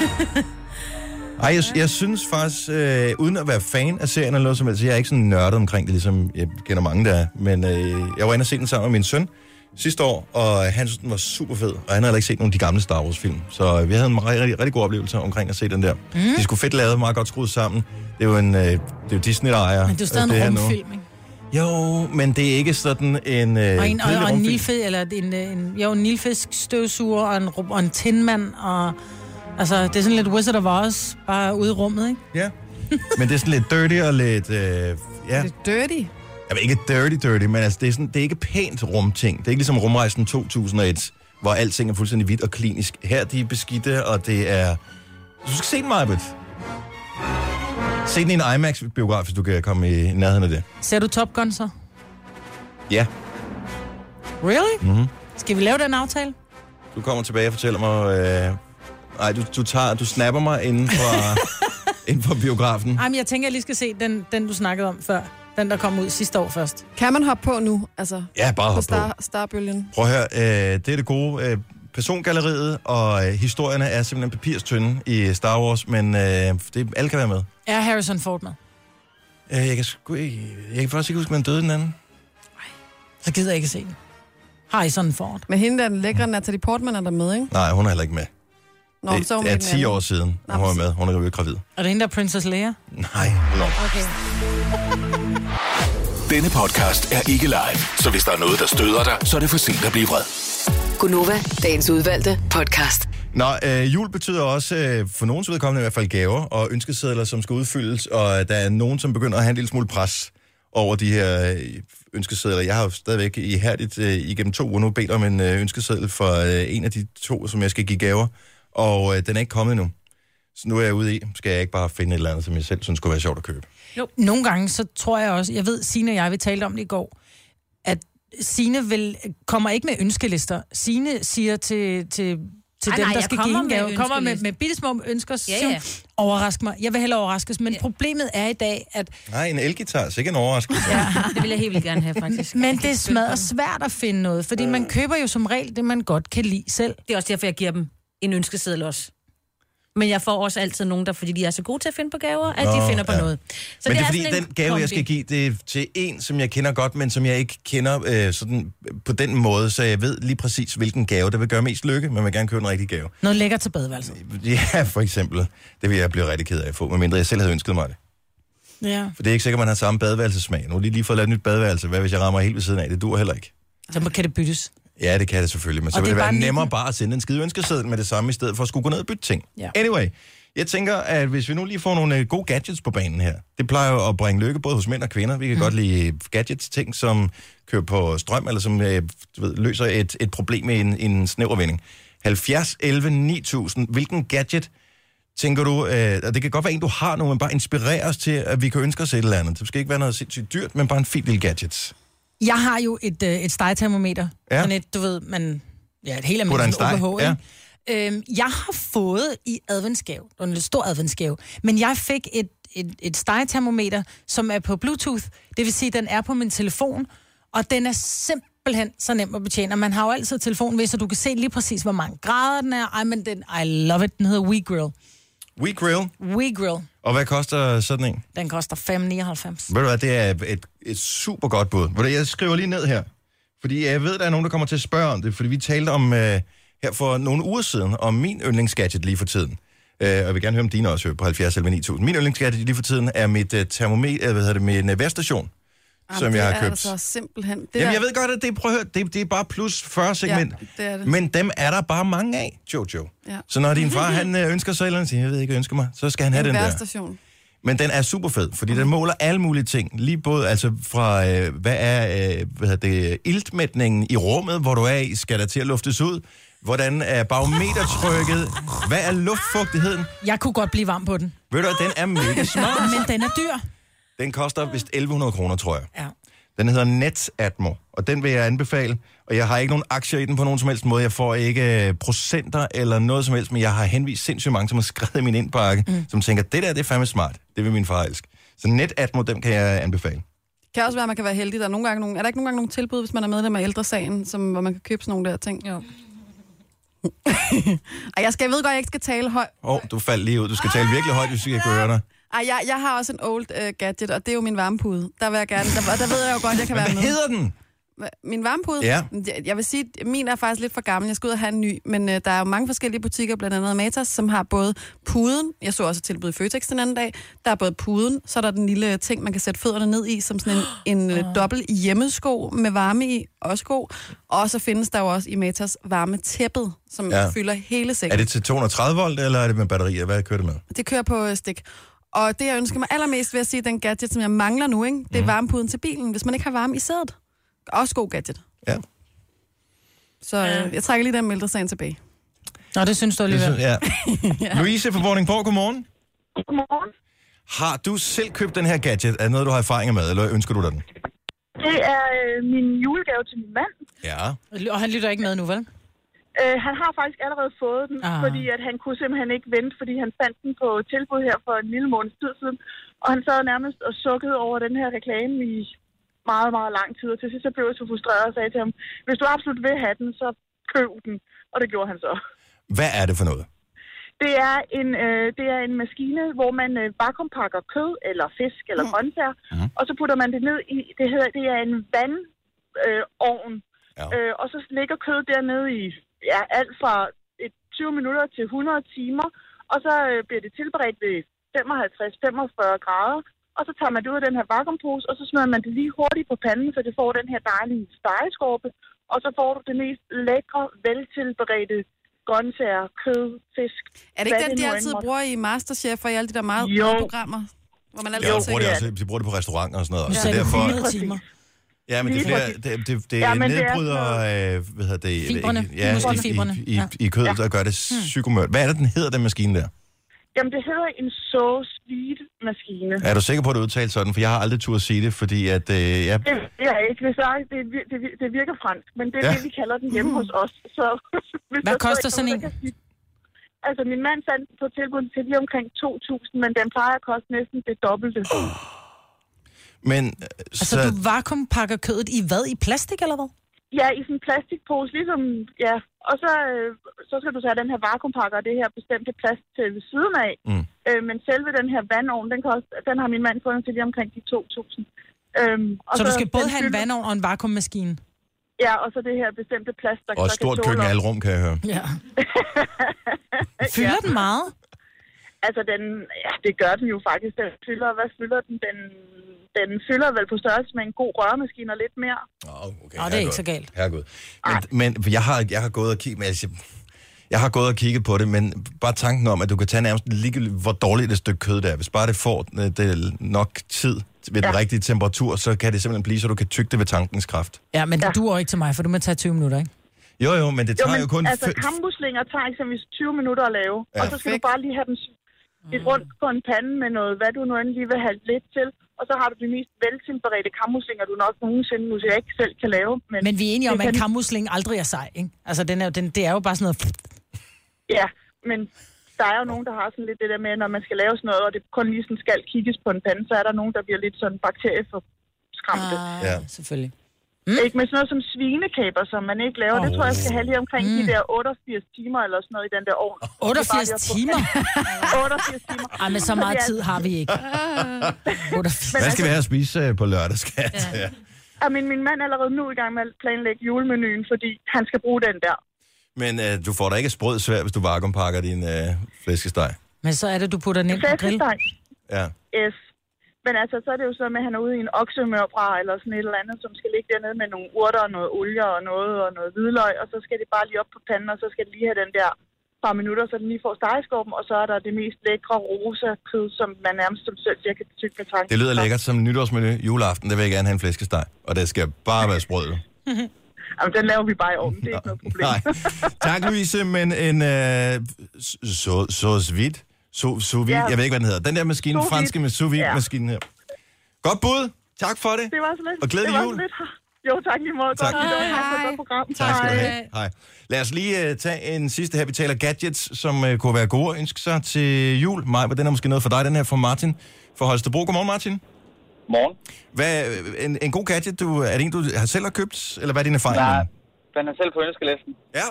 [SPEAKER 1] Ej, jeg, jeg synes faktisk, øh, uden at være fan af serien eller noget som helst, jeg er ikke sådan nørdet omkring det, ligesom jeg kender mange, der er. Men øh, jeg var inde og se den sammen med min søn sidste år, og han synes, den var super fed. Og han har heller ikke set nogen af de gamle Star Wars-film. Så øh, vi havde en rigtig, rigtig god oplevelse omkring at se den der. Mm. De skulle fedt lavet, meget godt skruet sammen. Det er jo en øh, det er jo Disney, der ejer
[SPEAKER 2] Men det er jo stadig
[SPEAKER 1] øh, det her
[SPEAKER 2] en
[SPEAKER 1] nu.
[SPEAKER 2] rumfilm, ikke?
[SPEAKER 1] Jo, men det er ikke sådan en... Øh,
[SPEAKER 2] Og en, og,
[SPEAKER 1] kedelig
[SPEAKER 2] og en
[SPEAKER 1] rumfilm.
[SPEAKER 2] nilfe, eller en, øh, en, jo, en nilfiskstøvsuger, og en, ru- og en tinmand, og... Altså, det er sådan lidt Wizard of Oz, bare ude i rummet, ikke?
[SPEAKER 1] Ja. Men det er sådan lidt dirty og lidt... Øh, ja.
[SPEAKER 4] Lidt dirty.
[SPEAKER 1] Jamen, ikke dirty dirty, men altså, det, er sådan, det er ikke pænt rumting. Det er ikke ligesom rumrejsen 2001, hvor alting er fuldstændig hvidt og klinisk. Her de er beskidte, og det er... Du skal se den, Marbet. Se den i en IMAX-biograf, hvis du kan komme i nærheden af det.
[SPEAKER 2] Ser du Top Gun så?
[SPEAKER 1] Ja,
[SPEAKER 2] Really?
[SPEAKER 1] Mhm.
[SPEAKER 2] Mm-hmm. Skal vi lave den aftale?
[SPEAKER 1] du kommer tilbage og fortæller mig... Øh, nej, du, du, tager, du snapper mig inden for, inden for biografen.
[SPEAKER 2] Ej, men jeg tænker, jeg lige skal se den, den du snakkede om før. Den, der kom ud sidste år først.
[SPEAKER 4] Kan man hoppe på nu? Altså,
[SPEAKER 1] Ja, bare
[SPEAKER 4] på
[SPEAKER 1] hop på.
[SPEAKER 4] star, starbølgen.
[SPEAKER 1] Prøv at høre, øh, det er det gode. Øh, persongalleriet og øh, historierne er simpelthen papirstynde i Star Wars, men øh, det, alle kan være med.
[SPEAKER 2] Er Harrison Ford med?
[SPEAKER 1] Øh, jeg, kan sgu, ikke- jeg kan faktisk ikke huske, om han døde den anden.
[SPEAKER 2] Så gider jeg ikke se den. Harrison Ford.
[SPEAKER 4] Men hende der, den lækre Natalie Portman er der med, ikke?
[SPEAKER 1] Nej, hun er heller ikke med.
[SPEAKER 4] Nå,
[SPEAKER 1] det,
[SPEAKER 4] så er hun
[SPEAKER 1] det er
[SPEAKER 4] med den
[SPEAKER 1] 10
[SPEAKER 4] anden.
[SPEAKER 1] år siden,
[SPEAKER 4] Nå,
[SPEAKER 1] hun var
[SPEAKER 4] så-
[SPEAKER 1] med. Hun er jo gravid.
[SPEAKER 2] Er det hende, der er Princess Leia?
[SPEAKER 1] Nej, hold op.
[SPEAKER 6] Denne podcast er ikke live, så hvis der er noget, der støder dig, så er det for sent at blive vred.
[SPEAKER 5] Gunova, dagens udvalgte podcast.
[SPEAKER 1] Nå, øh, jul betyder også, øh, for nogens vedkommende i hvert fald, gaver og ønskesedler, som skal udfyldes, og øh, der er nogen, som begynder at have en lille smule pres over de her øh, ønskesedler. Jeg har jo stadigvæk ihærdigt øh, igennem to uger nu bedt om en øh, ønskeseddel for øh, en af de to, som jeg skal give gaver, og øh, den er ikke kommet endnu. Så nu er jeg ude i, skal jeg ikke bare finde et eller andet, som jeg selv synes kunne være sjovt at købe.
[SPEAKER 2] Nogle gange, så tror jeg også, jeg ved, Signe og jeg, vi talte om det i går, at Signe vil, kommer ikke med ønskelister. Signe siger til, til, til
[SPEAKER 3] Ej,
[SPEAKER 2] dem,
[SPEAKER 3] nej,
[SPEAKER 2] der
[SPEAKER 3] jeg
[SPEAKER 2] skal
[SPEAKER 3] kommer
[SPEAKER 2] give en
[SPEAKER 3] med
[SPEAKER 2] gave, kommer med,
[SPEAKER 3] ønskeliste.
[SPEAKER 2] med bittesmå ønsker, så
[SPEAKER 3] Ja,
[SPEAKER 2] siger hun,
[SPEAKER 3] ja.
[SPEAKER 2] overrask mig. Jeg vil hellere overraskes, men problemet er i dag, at
[SPEAKER 1] Nej, en elgitar, sikkert en overraskelse. Ja.
[SPEAKER 3] Det vil jeg helt vildt gerne have, faktisk.
[SPEAKER 2] men det smadrer svært at finde noget, fordi
[SPEAKER 3] Øh.
[SPEAKER 2] man køber jo som regel det, man godt kan lide selv.
[SPEAKER 3] Det er også derfor, jeg giver dem en ønskeseddel også. Men jeg får også altid nogen, der, fordi de er så gode til at finde på gaver, at Nå,
[SPEAKER 1] Nå,
[SPEAKER 3] de finder på
[SPEAKER 1] ja.
[SPEAKER 3] ja. noget. Så
[SPEAKER 1] Men det er,
[SPEAKER 3] sådan
[SPEAKER 1] fordi,
[SPEAKER 3] en
[SPEAKER 1] den gave, jeg skal
[SPEAKER 3] kombi.
[SPEAKER 1] give, det er til en, som jeg kender godt, men som jeg ikke kender øh, sådan, på den måde, så jeg ved lige præcis, hvilken gave, der vil gøre mest lykke, men jeg vil gerne købe en rigtig gave.
[SPEAKER 2] Noget lækker til badeværelset.
[SPEAKER 1] Ja, for eksempel. Det vil jeg blive rigtig ked af at få, medmindre jeg selv havde ønsket mig det.
[SPEAKER 2] Ja.
[SPEAKER 1] For det er ikke sikkert, man har samme badeværelsesmag. Nu har de lige fået lavet et nyt badeværelse. Hvad hvis jeg rammer helt ved siden af? Det dur heller ikke.
[SPEAKER 2] Så kan det byttes.
[SPEAKER 1] Ja, det kan det selvfølgelig, men så
[SPEAKER 2] Og
[SPEAKER 1] vil
[SPEAKER 2] det
[SPEAKER 1] det
[SPEAKER 2] er
[SPEAKER 1] være
[SPEAKER 2] bare
[SPEAKER 1] nemmere bare at sende en skide ønskeseddel med det samme, i stedet for at skulle gå ned og bytte ting.
[SPEAKER 2] Ja.
[SPEAKER 1] Anyway, jeg tænker, at hvis vi nu lige får nogle øh, gode gadgets på banen her, det plejer jo at bringe lykke både hos mænd og kvinder. Vi kan mm. godt lide gadgets, ting som kører på strøm, eller som øh, du ved, løser et, et problem i en, en snæver vending. 70, 11, 9000. Hvilken gadget tænker du, øh, og det kan godt være en, du har nu, men bare inspirerer os til, at vi kan ønske os et eller andet. Det skal ikke være noget sindssygt dyrt, men bare en fin lille gadget.
[SPEAKER 2] Jeg har jo et, øh, et stegetermometer.
[SPEAKER 1] Ja.
[SPEAKER 2] Ja. Sådan et, du ved, man... Ja, et helt
[SPEAKER 1] Putter en steg,
[SPEAKER 2] almindeligt OBH, ja. øhm, Jeg har fået i adventsgave, det var en lidt stor adventsgave, men jeg fik et, et, et stegetermometer, som er på Bluetooth. Det vil sige, den er på min telefon, og den er simpelthen så nem at betjene. Og Man har jo altid telefonen ved, så du kan se lige præcis, hvor mange grader den er. Ej, men den, I love it. Den hedder WeGrill.
[SPEAKER 1] We Grill.
[SPEAKER 2] WeGrill.
[SPEAKER 1] Og hvad koster sådan en?
[SPEAKER 2] Den koster 5,99.
[SPEAKER 1] Ved du hvad, det er et, et super godt bud. Ved du, jeg skriver lige ned her, fordi jeg ved, der er nogen, der kommer til at spørge om det, fordi vi talte om øh, her for nogle uger siden, om min yndlingsgadget lige for tiden. Øh, og jeg vil gerne høre om dine også hører på 70 eller 9000. Min yndlingsgadget lige for tiden er mit øh, termometer, hvad hedder det, min øh, værstation,
[SPEAKER 4] Jamen,
[SPEAKER 1] som jeg
[SPEAKER 4] det
[SPEAKER 1] har
[SPEAKER 4] er
[SPEAKER 1] købt.
[SPEAKER 4] altså simpelthen... Det
[SPEAKER 1] Jamen,
[SPEAKER 4] der-
[SPEAKER 1] jeg ved godt, at det, prøv at høre, det, det er bare plus 40 segment.
[SPEAKER 4] Ja, det er det.
[SPEAKER 1] Men dem er der bare mange af, Jojo.
[SPEAKER 4] Ja.
[SPEAKER 1] Så når din far han øh, ønsker sig et eller andet, siger, jeg ved ikke, jeg ønsker mig, så skal han have den,
[SPEAKER 4] en
[SPEAKER 1] der.
[SPEAKER 4] værstation.
[SPEAKER 1] Men den er super fed, fordi den måler alle mulige ting. Lige både altså fra, øh, hvad er øh, hvad hedder det, iltmætningen i rummet, hvor du er i, skal der til at luftes ud? Hvordan er barometertrykket? Hvad er luftfugtigheden?
[SPEAKER 2] Jeg kunne godt blive varm på den,
[SPEAKER 1] Ved du, at den er mega smart.
[SPEAKER 2] men den er dyr.
[SPEAKER 1] Den koster vist 1100 kroner, tror jeg.
[SPEAKER 2] Ja.
[SPEAKER 1] Den hedder NetAtmo, og den vil jeg anbefale. Og jeg har ikke nogen aktier i den på nogen som helst måde. Jeg får ikke øh, procenter eller noget som helst, men jeg har henvist sindssygt mange, som har skrevet i min indbakke, mm. som tænker, det der, det er fandme smart. Det vil min far elske. Så NetAtmo, den kan jeg anbefale.
[SPEAKER 4] kan også være, at man kan være heldig. Der er, nogle gange nogle, er der ikke nogle gange nogle tilbud, hvis man er medlem af ældresagen, som, hvor man kan købe sådan nogle der ting?
[SPEAKER 3] Jo.
[SPEAKER 4] Ej, jeg, skal, jeg ved godt, at jeg ikke skal tale højt.
[SPEAKER 1] Åh, oh, du faldt lige ud. Du skal tale virkelig højt, hvis vi kan høre dig.
[SPEAKER 4] Ej, jeg, øh, jeg har også en old uh, gadget, og det er jo min varmepude. Der vil jeg gerne, der, og der ved jeg jo godt, at jeg kan
[SPEAKER 1] Men
[SPEAKER 4] være
[SPEAKER 1] hvad
[SPEAKER 4] med.
[SPEAKER 1] hedder den?
[SPEAKER 4] hva- min varmepude?
[SPEAKER 1] Ja.
[SPEAKER 4] Jeg- Jeg vil sige, at min er faktisk lidt for gammel. Jeg skal ud og have en ny. Men øh, der er jo mange forskellige butikker, blandt andet Matas, som har både puden. Jeg så også et tilbud i Føtex den anden dag. Der er både puden, så er der den lille ting, man kan sætte fødderne ned i, som sådan en, en øh, dobbelt hjemmesko med varme i. Også god. Og så findes der jo også i Matas varme tæppet, som
[SPEAKER 1] Ja.
[SPEAKER 4] ja. fylder hele sengen.
[SPEAKER 1] Er det til 230 volt, eller er det med batterier? Hvad kører det med?
[SPEAKER 4] Det kører på øh, stik. Og det, jeg ønsker mig allermest ved at sige, den gadget, som jeg mangler nu, ikke? det er varmepuden til bilen, hvis man ikke har varme i sædet. Også god gadget.
[SPEAKER 1] Ja.
[SPEAKER 4] Så øh, jeg trækker lige den med sagen tilbage.
[SPEAKER 2] Nå, det synes du
[SPEAKER 1] Det
[SPEAKER 2] alligevel.
[SPEAKER 1] synes, ja. Louise fra Vordingborg, godmorgen.
[SPEAKER 7] Godmorgen.
[SPEAKER 1] Har du selv købt den her gadget? Er det noget, du har erfaringer med, eller ønsker du dig den?
[SPEAKER 7] Det er øh, min julegave til min mand.
[SPEAKER 1] Ja.
[SPEAKER 2] Og han lytter ikke med nu, vel?
[SPEAKER 7] Øh, han har faktisk allerede fået den,
[SPEAKER 2] Ah.
[SPEAKER 7] ah. fordi at han kunne simpelthen ikke vente, fordi han fandt den på tilbud her for en lille måneds tid siden. Og han sad nærmest og sukkede over den her reklame i meget, meget lang tid. Og til sidst så blev jeg så frustreret og sagde til ham, hvis du absolut vil have den, så køb den. Og det gjorde han så.
[SPEAKER 1] Hvad er det for noget?
[SPEAKER 7] Det er en, øh, det er en maskine, hvor man øh, vakuumpakker kød eller fisk eller mm. grøntsager, mm. og så putter man det ned i, det hedder, det er en vandovn, øh, ovn.
[SPEAKER 1] Ja.
[SPEAKER 7] øh, og så ligger kød dernede i ja, alt fra et 20 minutter til 100 timer, og så øh, bliver det tilberedt ved 55-45 grader, og så tager man det ud af den her vakuumpose, og så smider man det lige hurtigt på panden, så det får den her dejlige stegeskorpe, og så får du det mest lækre, veltilberedte grøntsager, kød, fisk,
[SPEAKER 4] Er det ikke
[SPEAKER 7] Hvad
[SPEAKER 4] den,
[SPEAKER 7] det
[SPEAKER 4] de
[SPEAKER 7] nu
[SPEAKER 4] altid
[SPEAKER 7] end måtte-
[SPEAKER 4] bruger i Masterchef og i alle de der meget
[SPEAKER 7] Jo.
[SPEAKER 4] programmer? Hvor man altid
[SPEAKER 1] Jeg
[SPEAKER 4] tænker,
[SPEAKER 1] bruger det
[SPEAKER 7] det er
[SPEAKER 1] også, de bruger det på restauranter og sådan noget.
[SPEAKER 2] Nu
[SPEAKER 1] også. Så
[SPEAKER 2] sagde du
[SPEAKER 1] derfor,
[SPEAKER 2] 100 timer.
[SPEAKER 1] ja, men det er
[SPEAKER 7] Lige
[SPEAKER 1] flere,
[SPEAKER 7] præcis.
[SPEAKER 1] det, det, det
[SPEAKER 7] Ja, men det er
[SPEAKER 1] nedbryder, øh, hvad hedder det?
[SPEAKER 2] Fibrene.
[SPEAKER 1] Ja,
[SPEAKER 2] Måske fibrene.
[SPEAKER 1] i, i,
[SPEAKER 2] Ja. Hmm.
[SPEAKER 1] i, i kødet, der gør det psykomørt. Hvad er det, den hedder, den maskine der?
[SPEAKER 7] Jamen, det hedder en sauce lead maskine.
[SPEAKER 1] Er du sikker på, at du udtalte sådan? For jeg har aldrig turde sige det, fordi at, øh, jeg,
[SPEAKER 7] Det ved jeg ikke. Hvis jeg, det, vir- det, vir- det virker fransk, men det er
[SPEAKER 1] Ja.
[SPEAKER 7] ja. det, vi kalder den hjemme hos os. Så, hvis
[SPEAKER 2] Hvad
[SPEAKER 7] der
[SPEAKER 2] koster
[SPEAKER 7] står
[SPEAKER 2] sådan
[SPEAKER 7] noget,
[SPEAKER 2] en?
[SPEAKER 7] så kan jeg sige- Altså, min mand fandt den på tilbud til lige omkring 2.000, men den plejer at koste næsten det dobbelte.
[SPEAKER 1] men øh,
[SPEAKER 2] Altså,
[SPEAKER 1] så,
[SPEAKER 2] du vakuumpakker kødet i hvad? I plastik, eller hvad?
[SPEAKER 7] Ja, i sådan en plastikpose, ligesom, ja. Og så, øh, så skal du så have den her vakuumpakker og det her bestemte plast til ved siden af.
[SPEAKER 1] Mm.
[SPEAKER 7] Øh, men selve den her vandovn, den, koster, den har min mand fundet til lige omkring de 2.000. Øhm, og
[SPEAKER 2] Så du skal både
[SPEAKER 7] den
[SPEAKER 2] have en
[SPEAKER 7] fylder-
[SPEAKER 2] vandovn og en vakuummaskine?
[SPEAKER 7] Ja, og så det her bestemte plast, der
[SPEAKER 1] og et
[SPEAKER 7] så
[SPEAKER 1] stort
[SPEAKER 7] kan tåle
[SPEAKER 1] køkken
[SPEAKER 7] op-
[SPEAKER 1] i alle rum, kan jeg høre.
[SPEAKER 2] Ja. Fylder den meget?
[SPEAKER 7] Altså, den, ja, det gør den jo faktisk. Den fylder, hvad fylder den? Den, den fylder vel på størrelse med en god røremaskine og lidt mere.
[SPEAKER 1] Oh, okay,
[SPEAKER 2] Nå, det er
[SPEAKER 1] herregud.
[SPEAKER 2] ikke så galt.
[SPEAKER 1] Herregud. Men,
[SPEAKER 7] Ah.
[SPEAKER 1] men jeg, har, jeg har gået og kigget, men altså, jeg har gået og kigget på det, men bare tanken om, at du kan tage nærmest ligegyldigt, hvor dårligt et stykke kød det er. Hvis bare det får øh, det nok tid ved den ja. rigtige temperatur, så kan det simpelthen blive, så du kan tygge det ved tankens kraft.
[SPEAKER 2] Ja, men det duer ikke til mig, for du må tage 20 minutter, ikke?
[SPEAKER 1] Jo, jo, men det
[SPEAKER 7] Jo,
[SPEAKER 1] tager jo,
[SPEAKER 7] men
[SPEAKER 1] jo kun...
[SPEAKER 7] altså,
[SPEAKER 1] fem-
[SPEAKER 7] kammuslinger tager eksempelvis 20 minutter at lave. Ja, og så skal
[SPEAKER 4] perfekt.
[SPEAKER 7] du bare lige have den s-
[SPEAKER 2] Mm.
[SPEAKER 7] lidt rundt på en pande med noget, hvad du nu end lige vil have lidt til. Og så har du de mest veltilberedte kammuslinger, du nok nogensinde, nu jeg ikke selv kan lave. Men,
[SPEAKER 2] Men vi er enige om,
[SPEAKER 7] det
[SPEAKER 2] at
[SPEAKER 7] kan-
[SPEAKER 2] en kammusling aldrig er sej, ikke? Altså, den er, jo- den, det er jo bare sådan noget...
[SPEAKER 7] Ja, men der er jo nogen, der har sådan lidt det der med, når man skal lave sådan noget, og det kun lige sådan skal kigges på en pande, så er der nogen, der bliver lidt sådan bakterieforskræmte. Ah.
[SPEAKER 2] Ah,
[SPEAKER 1] Ja.
[SPEAKER 2] ja. selvfølgelig.
[SPEAKER 7] Ikke med sådan noget som svinekaber, som man ikke laver. Oh. Det tror jeg, jeg skal have lige omkring mm. de der 88 timer eller sådan noget i den der ovn. Det er bare
[SPEAKER 2] 88
[SPEAKER 7] lige at få-
[SPEAKER 2] timer?
[SPEAKER 7] 88 timer.
[SPEAKER 2] Ej, men så meget tid har vi ikke. 88.
[SPEAKER 1] Hvad skal vi have at spise øh, på lørdag, skat? Ja. Ja.
[SPEAKER 7] Og min, min mand altså, er allerede nu i gang med at planlægge julemenuen, fordi han skal bruge den der.
[SPEAKER 1] Men øh, du får da ikke sprød svær, hvis du vakuumpakker din øh, flæskesteg.
[SPEAKER 2] Men så er det, du putter den ind på grill.
[SPEAKER 7] Flæskesteg.
[SPEAKER 1] Ja.
[SPEAKER 7] Yes. Men altså, så er det jo sådan, at han er ude i en oksemørbra eller sådan et eller andet, som skal ligge dernede med nogle urter og noget olie og noget, og noget hvidløg, og så skal det bare lige op på panden, og så skal det lige have den der par minutter, så den lige får stegeskorpen, og så er der det mest lækre rosa kød, som man nærmest som selv siger, kan tykke med tanken.
[SPEAKER 1] Det lyder lækkert som nytårsmenu. Juleaften, der vil jeg gerne have en flæskesteg. Og det skal bare være sprød. du.
[SPEAKER 7] Jamen, den laver vi bare i ovnen, det er ikke noget problem.
[SPEAKER 1] Nej. Tak, Louise, men en øh, så, så vidt. Så, så vidt.
[SPEAKER 7] Ja.
[SPEAKER 1] Jeg ved ikke, hvad den hedder. Den der maskine,
[SPEAKER 7] Sous vide.
[SPEAKER 1] franske med sous vide
[SPEAKER 7] Ja.
[SPEAKER 1] maskinen her. Godt bud. Tak for det.
[SPEAKER 7] Det var så lidt.
[SPEAKER 1] Og glædelig
[SPEAKER 7] det var
[SPEAKER 1] jul.
[SPEAKER 7] Så lidt. Jo, tak lige måde.
[SPEAKER 1] Tak.
[SPEAKER 7] Godt, nytår. Tak for et godt program.
[SPEAKER 1] Tak skal du have. Hej. Lad os lige uh, tage en sidste her. Vi taler gadgets, som uh, kunne være gode at ønske sig til jul. Maj, men den er måske noget for dig, den her fra Martin fra Holstebro. Godmorgen, Martin.
[SPEAKER 8] Morgen.
[SPEAKER 1] Hvad, øh, en, en god gadget, du, er det en, du har selv har købt, eller hvad er din erfaring?
[SPEAKER 8] Der,
[SPEAKER 1] med den?
[SPEAKER 8] den er selv på ønskelisten.
[SPEAKER 1] Ja.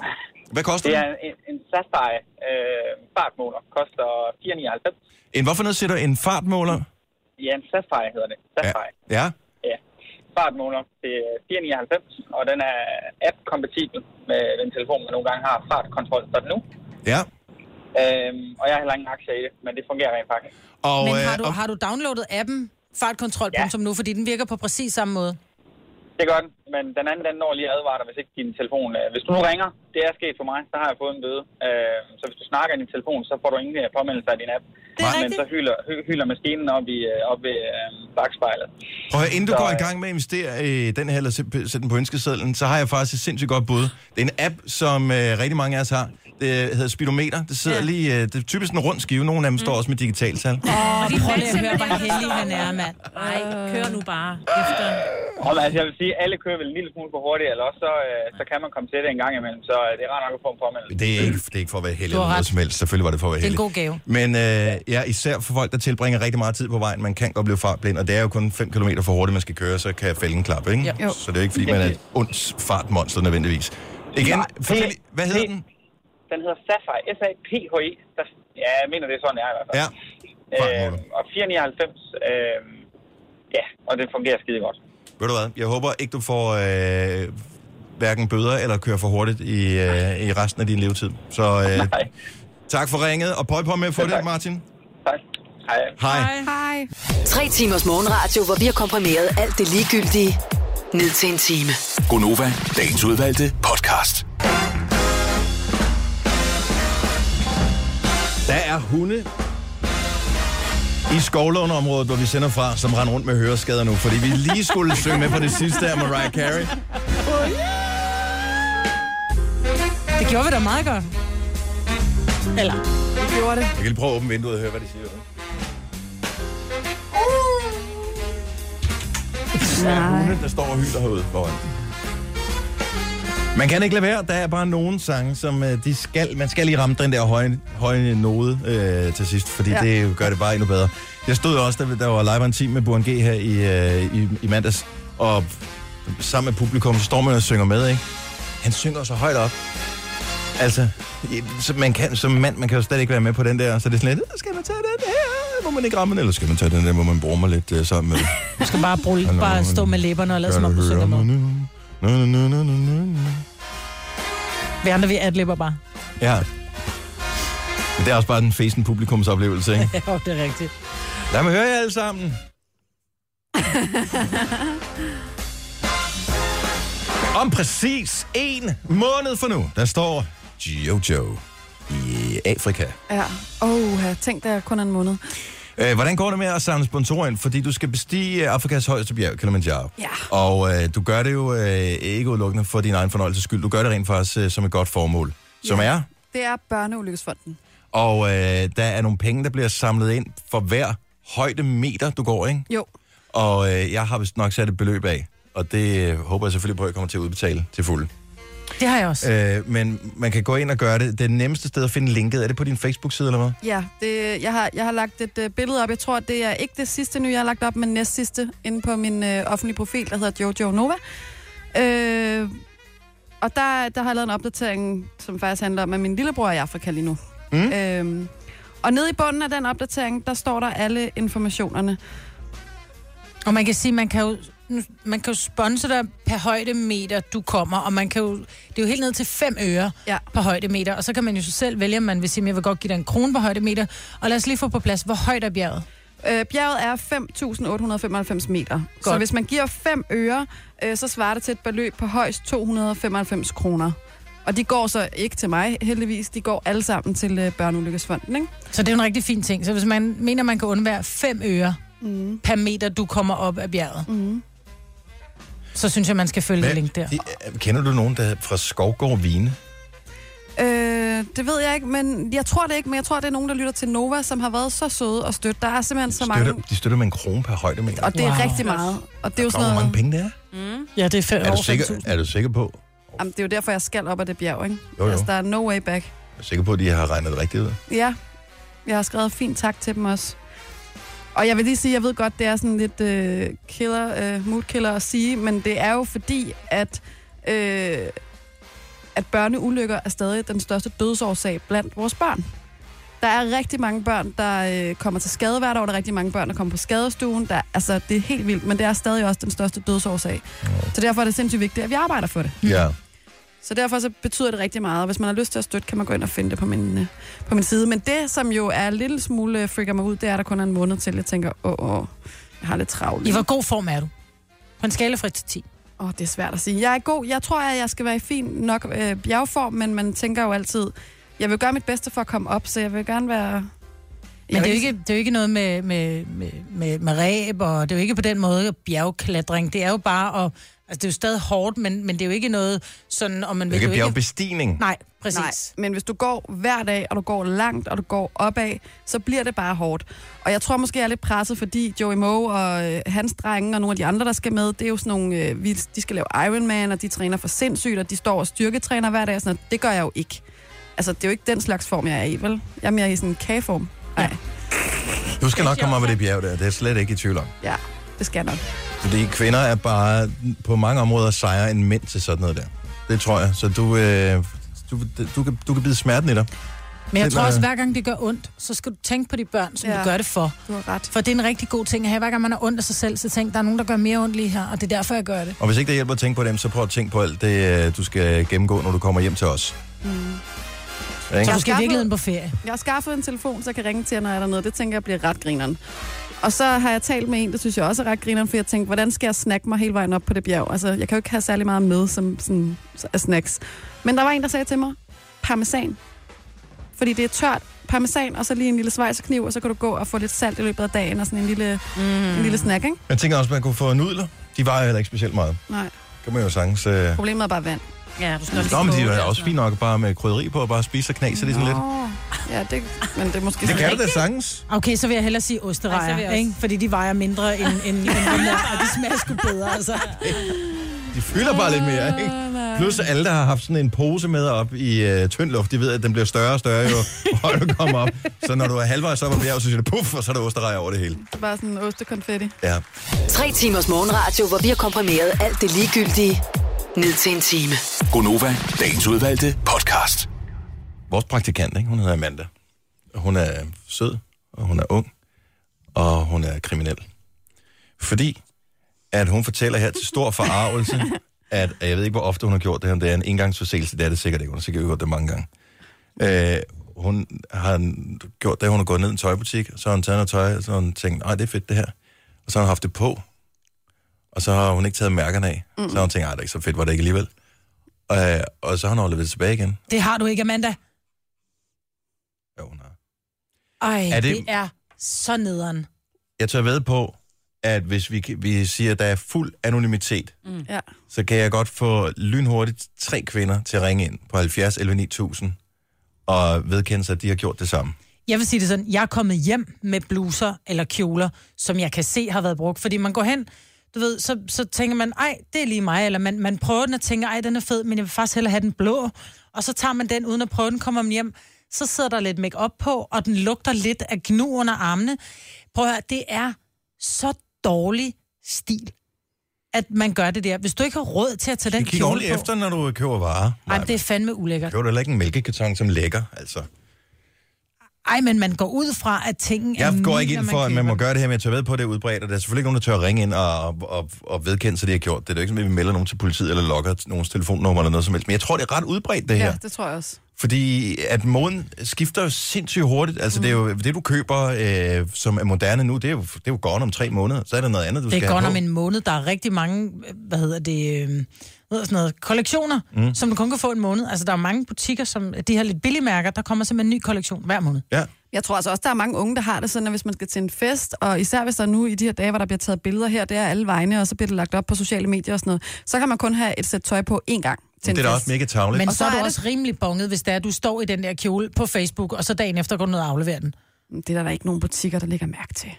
[SPEAKER 1] Hvad koster
[SPEAKER 8] Det
[SPEAKER 1] den?
[SPEAKER 8] er en, en, en Sapphire øh, fartmåler. Koster 4,99.
[SPEAKER 1] En hvorfor nedsætter en fartmåler?
[SPEAKER 8] Ja, en Sapphire hedder det.
[SPEAKER 1] Ja.
[SPEAKER 8] Sapphire.
[SPEAKER 1] ja.
[SPEAKER 8] Ja. ja. fartmåler til 499, og den er app-kompatibel med den telefon, man nogle gange har fartkontrol sådan nu.
[SPEAKER 1] Ja.
[SPEAKER 8] Øhm, og jeg har heller ingen aktier i det, men det fungerer rent faktisk.
[SPEAKER 1] Og,
[SPEAKER 2] Men har
[SPEAKER 1] øh,
[SPEAKER 2] du,
[SPEAKER 1] og-
[SPEAKER 2] har du downloadet appen fartkontrol.nu, fordi den virker på præcis samme måde?
[SPEAKER 8] Det gør den, men den anden, den når lige at advare dig, hvis ikke din telefon... Øh, hvis du nu ringer, det er sket for mig, så har jeg fået en bøde. Øh, så hvis du snakker i din telefon, så får du ingen øh, påmeldelse af din app.
[SPEAKER 2] Det er
[SPEAKER 8] men
[SPEAKER 2] rigtigt.
[SPEAKER 8] så hylder, hy- hylder maskinen op, i, øh, op ved øh, bagspejlet.
[SPEAKER 1] Prøv at høre, inden du
[SPEAKER 8] Så,
[SPEAKER 1] går i
[SPEAKER 8] øh,
[SPEAKER 1] gang med at investere i den her, eller sæt- sætte den på ønskesedlen, så har jeg faktisk et sindssygt godt bud. Det er en app, som øh, rigtig mange af os har. Det øh, hedder Speedometer. Det sidder ja.
[SPEAKER 2] Ja. Mm.
[SPEAKER 1] lige, øh, det er typisk en rund skive. Nogle af dem står også med digitalt tal.
[SPEAKER 2] Åh,
[SPEAKER 3] de
[SPEAKER 2] prøv lige at
[SPEAKER 3] valgte
[SPEAKER 2] høre, hvor
[SPEAKER 3] simpelthen
[SPEAKER 2] heldig
[SPEAKER 3] ikke.
[SPEAKER 2] han er, mand.
[SPEAKER 3] Nej, kør nu bare efter.
[SPEAKER 8] Og, altså, jeg vil sige, alle kører vel en lille smule for hurtigt, eller også så, øh, så kan man komme til det en gang imellem. Så øh, det er rart nok at få en påmeldelse.
[SPEAKER 1] Det er ikke, det er ikke for at være heldig
[SPEAKER 2] Du
[SPEAKER 1] eller
[SPEAKER 2] har
[SPEAKER 1] noget
[SPEAKER 2] ret.
[SPEAKER 1] som helst. Selvfølgelig var det for at være
[SPEAKER 2] Det er en
[SPEAKER 1] heldig.
[SPEAKER 2] god gave.
[SPEAKER 1] Men øh, ja, især for folk, der tilbringer rigtig meget tid på vejen, man kan godt blive fartblind, og det er jo kun 5 km for hurtigt, man skal køre, så kan fælden klappe, ikke?
[SPEAKER 2] Jo.
[SPEAKER 1] Så det er jo ikke, fordi man er et ondt fartmonster nødvendigvis. Igen,
[SPEAKER 8] Nej,
[SPEAKER 1] fortæl,
[SPEAKER 8] det-
[SPEAKER 1] lige, hvad hedder
[SPEAKER 8] det-
[SPEAKER 1] den?
[SPEAKER 8] Den hedder Sapphire, S-A-P-H-E. E. Der, ja, jeg mener, det er sådan, det er i hvert fald.
[SPEAKER 1] Ja,
[SPEAKER 8] øh,
[SPEAKER 1] fartmåler.
[SPEAKER 8] og 499, øh, ja, og den fungerer skide godt.
[SPEAKER 1] Ved du hvad, jeg håber ikke, du får øh, hverken bøder eller kører for hurtigt i, øh, i resten af din levetid. Så øh,
[SPEAKER 8] Hej.
[SPEAKER 1] tak for ringet, og prøv på med at få
[SPEAKER 8] Ja,
[SPEAKER 1] det,
[SPEAKER 8] tak.
[SPEAKER 1] Martin.
[SPEAKER 8] Tak. Hej.
[SPEAKER 1] Hej.
[SPEAKER 4] Hej.
[SPEAKER 5] Tre timers morgenradio, hvor vi har komprimeret alt det ligegyldige ned til en time.
[SPEAKER 6] Gonova, dagens udvalgte podcast.
[SPEAKER 1] Der er hunde i Skovlund-området, hvor vi sender fra, som render rundt med høreskader nu, fordi vi lige skulle synge med på det sidste af Mariah Carey.
[SPEAKER 2] Det gjorde vi da meget godt. Eller,
[SPEAKER 4] Vi gjorde det.
[SPEAKER 1] Jeg kan lige prøve at åbne vinduet og høre, hvad de siger.
[SPEAKER 4] Nej.
[SPEAKER 1] Hunde, der står og hylder herude foran. Man kan ikke lade være. Der er bare nogle sange, som øh, de skal, man skal lige ramme den der høje, høje node øh, til sidst, fordi ja.
[SPEAKER 4] Ja.
[SPEAKER 1] det gør det bare endnu bedre. Jeg stod også, da der var live en time med Burhan G her i, øh, i, i mandags, og sammen med publikum, så står man og synger med, ikke? Han synger så højt op. Altså, i- så man kan, som mand, man kan jo slet ikke være med på den der, så det er sådan lidt, skal man tage den her, hvor man ikke rammer den, eller skal man tage den der, hvor man brummer lidt øh, sammen med
[SPEAKER 2] du skal bare, bruge,
[SPEAKER 1] Hallo,
[SPEAKER 2] bare stå med læberne og lade som om, du synger med. Vi andre, vi adlipper bare.
[SPEAKER 1] Ja. Men det er også bare den fesen publikumsoplevelse, ikke?
[SPEAKER 2] Ja, det er rigtigt.
[SPEAKER 1] Lad mig høre jer alle sammen. Om præcis en måned for nu, der står Jojo i Afrika.
[SPEAKER 4] Ja. Åh, oh, tænk der kun er en måned.
[SPEAKER 1] Øh, hvordan går det med at samle sponsorer ind? Fordi du skal bestige øh, Afrikas højeste bjerg, Kilimanjaro.
[SPEAKER 4] Ja.
[SPEAKER 1] Og øh, du gør det jo øh, ikke udelukkende for din egen fornøjelses skyld. Du gør det rent faktisk øh, som et godt formål. Som
[SPEAKER 4] Ja.
[SPEAKER 1] er,
[SPEAKER 4] Det er Børneulykkesfonden.
[SPEAKER 1] og øh, der er nogle penge, der bliver samlet ind for hver højde meter, du går, ikke?
[SPEAKER 4] Jo.
[SPEAKER 1] Og øh, jeg har vist nok sat et beløb af, og det øh, håber jeg selvfølgelig på, at jeg kommer til at udbetale til fulde.
[SPEAKER 2] Det har jeg også.
[SPEAKER 1] Øh, men man kan gå ind og gøre det. Det nemmeste sted at finde linket, er det på din Facebook-side eller hvad?
[SPEAKER 4] Ja, det, jeg, har, jeg har lagt et øh, billede op. Jeg tror, det er ikke det sidste nye, jeg har lagt op, men næst sidste inde på min øh, offentlige profil, der hedder Jojo Nova. Øh, og der, der har jeg lavet en opdatering, som faktisk handler om, at min lillebror er i Afrika lige nu.
[SPEAKER 1] Mm.
[SPEAKER 4] Øh, og nede i bunden af den opdatering, der står der alle informationerne.
[SPEAKER 2] Og man kan sige, man kan jo, nu- man kan jo sponse dig per højdemeter, du kommer, og man kan jo, det er jo helt ned til 5 øre
[SPEAKER 4] Ja.
[SPEAKER 2] per højdemeter, og så kan man jo så selv vælge, om man vil sige, at jeg vil godt give dig en krone per højdemeter, og lad os lige få på plads, hvor højt er bjerget?
[SPEAKER 4] Øh, bjerget er 5.895 meter. Godt. Så
[SPEAKER 2] Godt.
[SPEAKER 4] hvis man giver 5 øre, øh, så svarer det til et beløb på højst 295 kroner. Og de går så ikke til mig, heldigvis. De går alle sammen til øh, Børneulykkesfonden, ikke?
[SPEAKER 2] Så det er jo en rigtig fin ting. Så hvis man mener, man kan undvære 5 øre mm. per meter, du kommer op af bjerget, mm. så synes jeg, man skal følge det link der.
[SPEAKER 1] De, øh, kender du nogen, der er fra Skovgård Vine?
[SPEAKER 4] Øh, det ved jeg ikke, men jeg tror det ikke, men jeg tror, det er nogen, der lytter til Nova, som har været så søde og støtte. Der er simpelthen så mange,
[SPEAKER 1] Støtter, de støtter med en krone per højdemeter.
[SPEAKER 4] og det er
[SPEAKER 2] Wow.
[SPEAKER 4] rigtig meget. Og det er jo
[SPEAKER 1] Og
[SPEAKER 4] sådan
[SPEAKER 1] hvor mange
[SPEAKER 4] noget,
[SPEAKER 1] penge det er?
[SPEAKER 2] Ja, det er 5
[SPEAKER 1] Er du, sikker, er du sikker på?
[SPEAKER 4] jamen, det er jo derfor, jeg skal op ad det bjerg, ikke?
[SPEAKER 1] Jo, jo.
[SPEAKER 4] Altså, der er no way back.
[SPEAKER 1] Jeg er sikker på, at de har regnet det rigtigt ud.
[SPEAKER 4] Ja, jeg har skrevet fint tak til dem også. Og jeg vil lige sige, jeg ved godt, det er sådan lidt øh, killer, øh, mood killer at sige, men det er jo fordi, at, øh, at børneulykker er stadig den største dødsårsag blandt vores børn. Der er rigtig mange børn, der øh, kommer til skade hvert år. Der er rigtig mange børn, der kommer på skadestuen. Der, altså, det er helt vildt, men det er stadig også den største dødsårsag. Så derfor er det sindssygt vigtigt, at vi arbejder for det.
[SPEAKER 1] Ja.
[SPEAKER 4] Så derfor så betyder det rigtig meget, og hvis man har lyst til at støtte, kan man gå ind og finde det på min, øh, på min side. Men det, som jo er en lille smule øh, freaker mig ud, det er, at der kun er en måned til. Jeg tænker, åh, åh jeg har lidt travlt.
[SPEAKER 2] I
[SPEAKER 4] Åh,
[SPEAKER 2] hvor god form er du? På en skala fra 1 til 10.
[SPEAKER 4] oh, det er svært at sige. Jeg er god. Jeg tror, at jeg skal være i fin nok øh, bjergform, men man tænker jo altid, jeg vil gøre mit bedste for at komme op, så jeg vil gerne være... Jeg
[SPEAKER 2] Men det
[SPEAKER 4] vil
[SPEAKER 2] er, jo ikke, det er jo ikke noget med, med, med, med, med ræb, og det er jo ikke på den måde bjergklatring. Det er jo bare at... Altså, det er jo stadig hårdt, men, men det er jo ikke noget sådan, om man
[SPEAKER 1] Det
[SPEAKER 2] vil...
[SPEAKER 1] kan
[SPEAKER 2] Det er jo
[SPEAKER 1] bjerge bestigning.
[SPEAKER 2] Nej, præcis.
[SPEAKER 4] Nej, men hvis du går hver dag, og du går langt, og du går opad, så bliver det bare hårdt. Og jeg tror måske, jeg er lidt presset, fordi Joey Moe og øh, hans drenge og nogle af de andre, der skal med, det er jo sådan nogle, øh, vi, de skal lave Ironman, og de træner for sindssygt, og de står og styrketræner hver dag. og Sådan, noget. det gør jeg jo ikke. Altså, det er jo ikke den slags form, jeg er i, vel? Jeg er mere i sådan en kageform. Nej,
[SPEAKER 1] Du skal nok komme op af det bjerg der, det er jeg slet ikke i tvivl om.
[SPEAKER 4] ja, det skal jeg nok.
[SPEAKER 1] Fordi kvinder er bare på mange områder sejere end mænd til sådan noget der. Det tror jeg. Så du, øh, du, du, kan, du kan bide smerten i dig.
[SPEAKER 2] Men jeg
[SPEAKER 1] Det
[SPEAKER 2] tror
[SPEAKER 1] var-
[SPEAKER 2] også, hver gang det gør ondt, så skal du tænke på de børn, som ja.
[SPEAKER 4] Ja.
[SPEAKER 2] du gør det for.
[SPEAKER 4] Du har ret.
[SPEAKER 2] For det er en rigtig god ting at have. Hver gang man har ondt af sig selv, så tænk, der er nogen, der gør mere ondt lige her, og det er derfor, jeg gør det.
[SPEAKER 1] Og hvis ikke det hjælper at tænke på dem, så prøv at tænke på alt det, øh, du skal gennemgå, når du kommer hjem til os. Mm. Ikke?
[SPEAKER 2] Så du
[SPEAKER 4] skaffet-
[SPEAKER 2] skal i virkeligheden på ferie.
[SPEAKER 4] Jeg har skaffet en telefon, så jeg kan ringe til jer, når jeg er dernede. Det tænker jeg bliver ret grineren. Og så har jeg talt med en, det synes jeg også er ret grineren, for jeg tænkte, hvordan skal jeg snakke mig hele vejen op på det bjerg? Altså, jeg kan jo ikke have særlig meget med som sådan, af snacks. Men der var en, der sagde til mig, parmesan. Fordi det er tørt parmesan, og så lige en lille svejsekniv, og så kan du gå og få lidt salt i løbet af dagen, og sådan en lille, mm. en lille snack, ikke?
[SPEAKER 1] Jeg tænker også, man kunne få nudler. De vejer heller ikke specielt meget.
[SPEAKER 4] Nej,
[SPEAKER 1] Kan man jo sagtens... Øh...
[SPEAKER 4] problemet er bare vand.
[SPEAKER 3] Ja, du skal nok lige
[SPEAKER 1] Nå, men de
[SPEAKER 3] skåle,
[SPEAKER 1] er
[SPEAKER 3] altså.
[SPEAKER 1] også fint nok bare med krydderi på og bare spise og knase det sådan lidt.
[SPEAKER 4] Ja, det, men det er måske...
[SPEAKER 1] Det kan du
[SPEAKER 4] det.
[SPEAKER 1] da sagens.
[SPEAKER 2] Okay, så vil jeg hellere sige osterejer,
[SPEAKER 3] Ej, så vil jeg
[SPEAKER 2] Ej,
[SPEAKER 3] også.
[SPEAKER 2] ikke? fordi de vejer mindre end, end, end dem der, og de smager sgu bedre, altså.
[SPEAKER 1] De fylder bare lidt mere, ikke? Plus alle, der har haft sådan en pose med op i øh, tynd luft, de ved, at den bliver større og større, jo højere du kommer op. Så når du er halvvejs op ad bjerget, så siger det puff, og så er der osterrejer over det hele.
[SPEAKER 4] Bare sådan en ostekonfetti.
[SPEAKER 1] Ja.
[SPEAKER 5] Tre timers morgenradio, hvor vi har komprimeret alt det ligegyldige ned til en time.
[SPEAKER 6] Gonova, dagens udvalgte podcast.
[SPEAKER 1] Vores praktikant, ikke? hun hedder Amanda. Hun er sød, og hun er ung, og hun er kriminel. Fordi, at hun fortæller her til stor forarvelse, at og jeg ved ikke, hvor ofte hun har gjort det, om det er en engangsforseelse, det er det sikkert ikke, hun har sikkert gjort det mange gange. Øh, hun har n- gjort det, hun har gået ned i en tøjbutik, og så har hun taget noget tøj, og så har hun tænkt, nej, det er fedt det her. Og så har hun haft det på, og så har hun ikke taget mærkerne af. Mm. Så har hun tænkt, nej, det er ikke så fedt, var det ikke alligevel. Øh, og så har hun overlevet det tilbage igen.
[SPEAKER 2] Det har du ikke, Amanda.
[SPEAKER 1] Jo, hun har.
[SPEAKER 2] Ej,
[SPEAKER 1] Er
[SPEAKER 2] er
[SPEAKER 1] det-
[SPEAKER 2] det... det er så nederen.
[SPEAKER 1] Jeg tør ved på, at hvis vi, vi siger, at der er fuld anonymitet,
[SPEAKER 4] Ja.
[SPEAKER 1] så kan jeg godt få lynhurtigt tre kvinder til at ringe ind på 70 11 9000 og vedkende sig, at de har gjort det samme.
[SPEAKER 2] Jeg vil sige det sådan, jeg er kommet hjem med bluser eller kjoler, som jeg kan se har været brugt. Fordi man går hen, du ved, så, så tænker man, ej, det er lige mig. Eller man, man prøver den og tænker, ej, den er fed, men jeg vil faktisk hellere have den blå. Og så tager man den uden at prøve den, kommer man hjem. Så sidder der lidt make op på, og den lugter lidt af gnu under armene. Prøv at høre, det er så dårlig stil, at man gør det der. Hvis du ikke har råd til at tage den
[SPEAKER 1] Vi kigger
[SPEAKER 2] kjole
[SPEAKER 1] ordentligt
[SPEAKER 2] på,
[SPEAKER 1] efter, når du køber varer.
[SPEAKER 2] ej,
[SPEAKER 1] Nej,
[SPEAKER 2] men det er fandme ulækkert.
[SPEAKER 1] Køber du heller ikke en mælkekarton, som lækker, altså.
[SPEAKER 2] Ej, men man går ud fra, at tingene er
[SPEAKER 1] Jeg går
[SPEAKER 2] nye,
[SPEAKER 1] ikke
[SPEAKER 2] når
[SPEAKER 1] ind for, at man må
[SPEAKER 2] køber dem.
[SPEAKER 1] gøre det her, men jeg tør ved på, at det er udbredt, og der er selvfølgelig ikke nogen, der tør ringe ind og, og, og, og vedkende sig, det har gjort. Det er jo ikke sådan, at vi melder nogen til politiet eller lokker nogens telefonnummer eller noget som helst. Men jeg tror, det er ret udbredt, det her.
[SPEAKER 4] ja, det tror jeg også.
[SPEAKER 1] Fordi at moden skifter jo sindssygt hurtigt. Altså mm. det er jo det, du køber, øh, som er moderne nu, det er, jo, det er jo gone om tre måneder. Så er der noget andet, du
[SPEAKER 2] Det
[SPEAKER 1] skal
[SPEAKER 2] er godt
[SPEAKER 1] have
[SPEAKER 2] om
[SPEAKER 1] på.
[SPEAKER 2] en måned. Der er rigtig mange, øh, hvad hedder det, øh, hvad hedder sådan noget, kollektioner, mm. som du kun kan få en måned. Altså, der er mange butikker, som de her lidt billige mærker, der kommer simpelthen en ny kollektion hver måned.
[SPEAKER 1] Ja.
[SPEAKER 4] Jeg tror altså også, der er mange unge, der har det sådan, at hvis man skal til en fest, og især hvis der nu i de her dage, hvor der bliver taget billeder her, det er alle vegne, og så bliver det lagt op på sociale medier og sådan noget, så kan man kun have et sæt tøj på én gang til
[SPEAKER 1] Det er
[SPEAKER 4] en
[SPEAKER 1] da
[SPEAKER 4] fest.
[SPEAKER 1] også mega tavligt.
[SPEAKER 2] Men
[SPEAKER 1] Men...
[SPEAKER 2] så,
[SPEAKER 4] så
[SPEAKER 2] er du
[SPEAKER 4] er det-
[SPEAKER 2] også rimelig bonget, hvis det er, at du står i den der kjole på Facebook, og så dagen efter går du ned og afleverer den.
[SPEAKER 4] Det er der, der ikke nogen butikker, der lægger mærke til.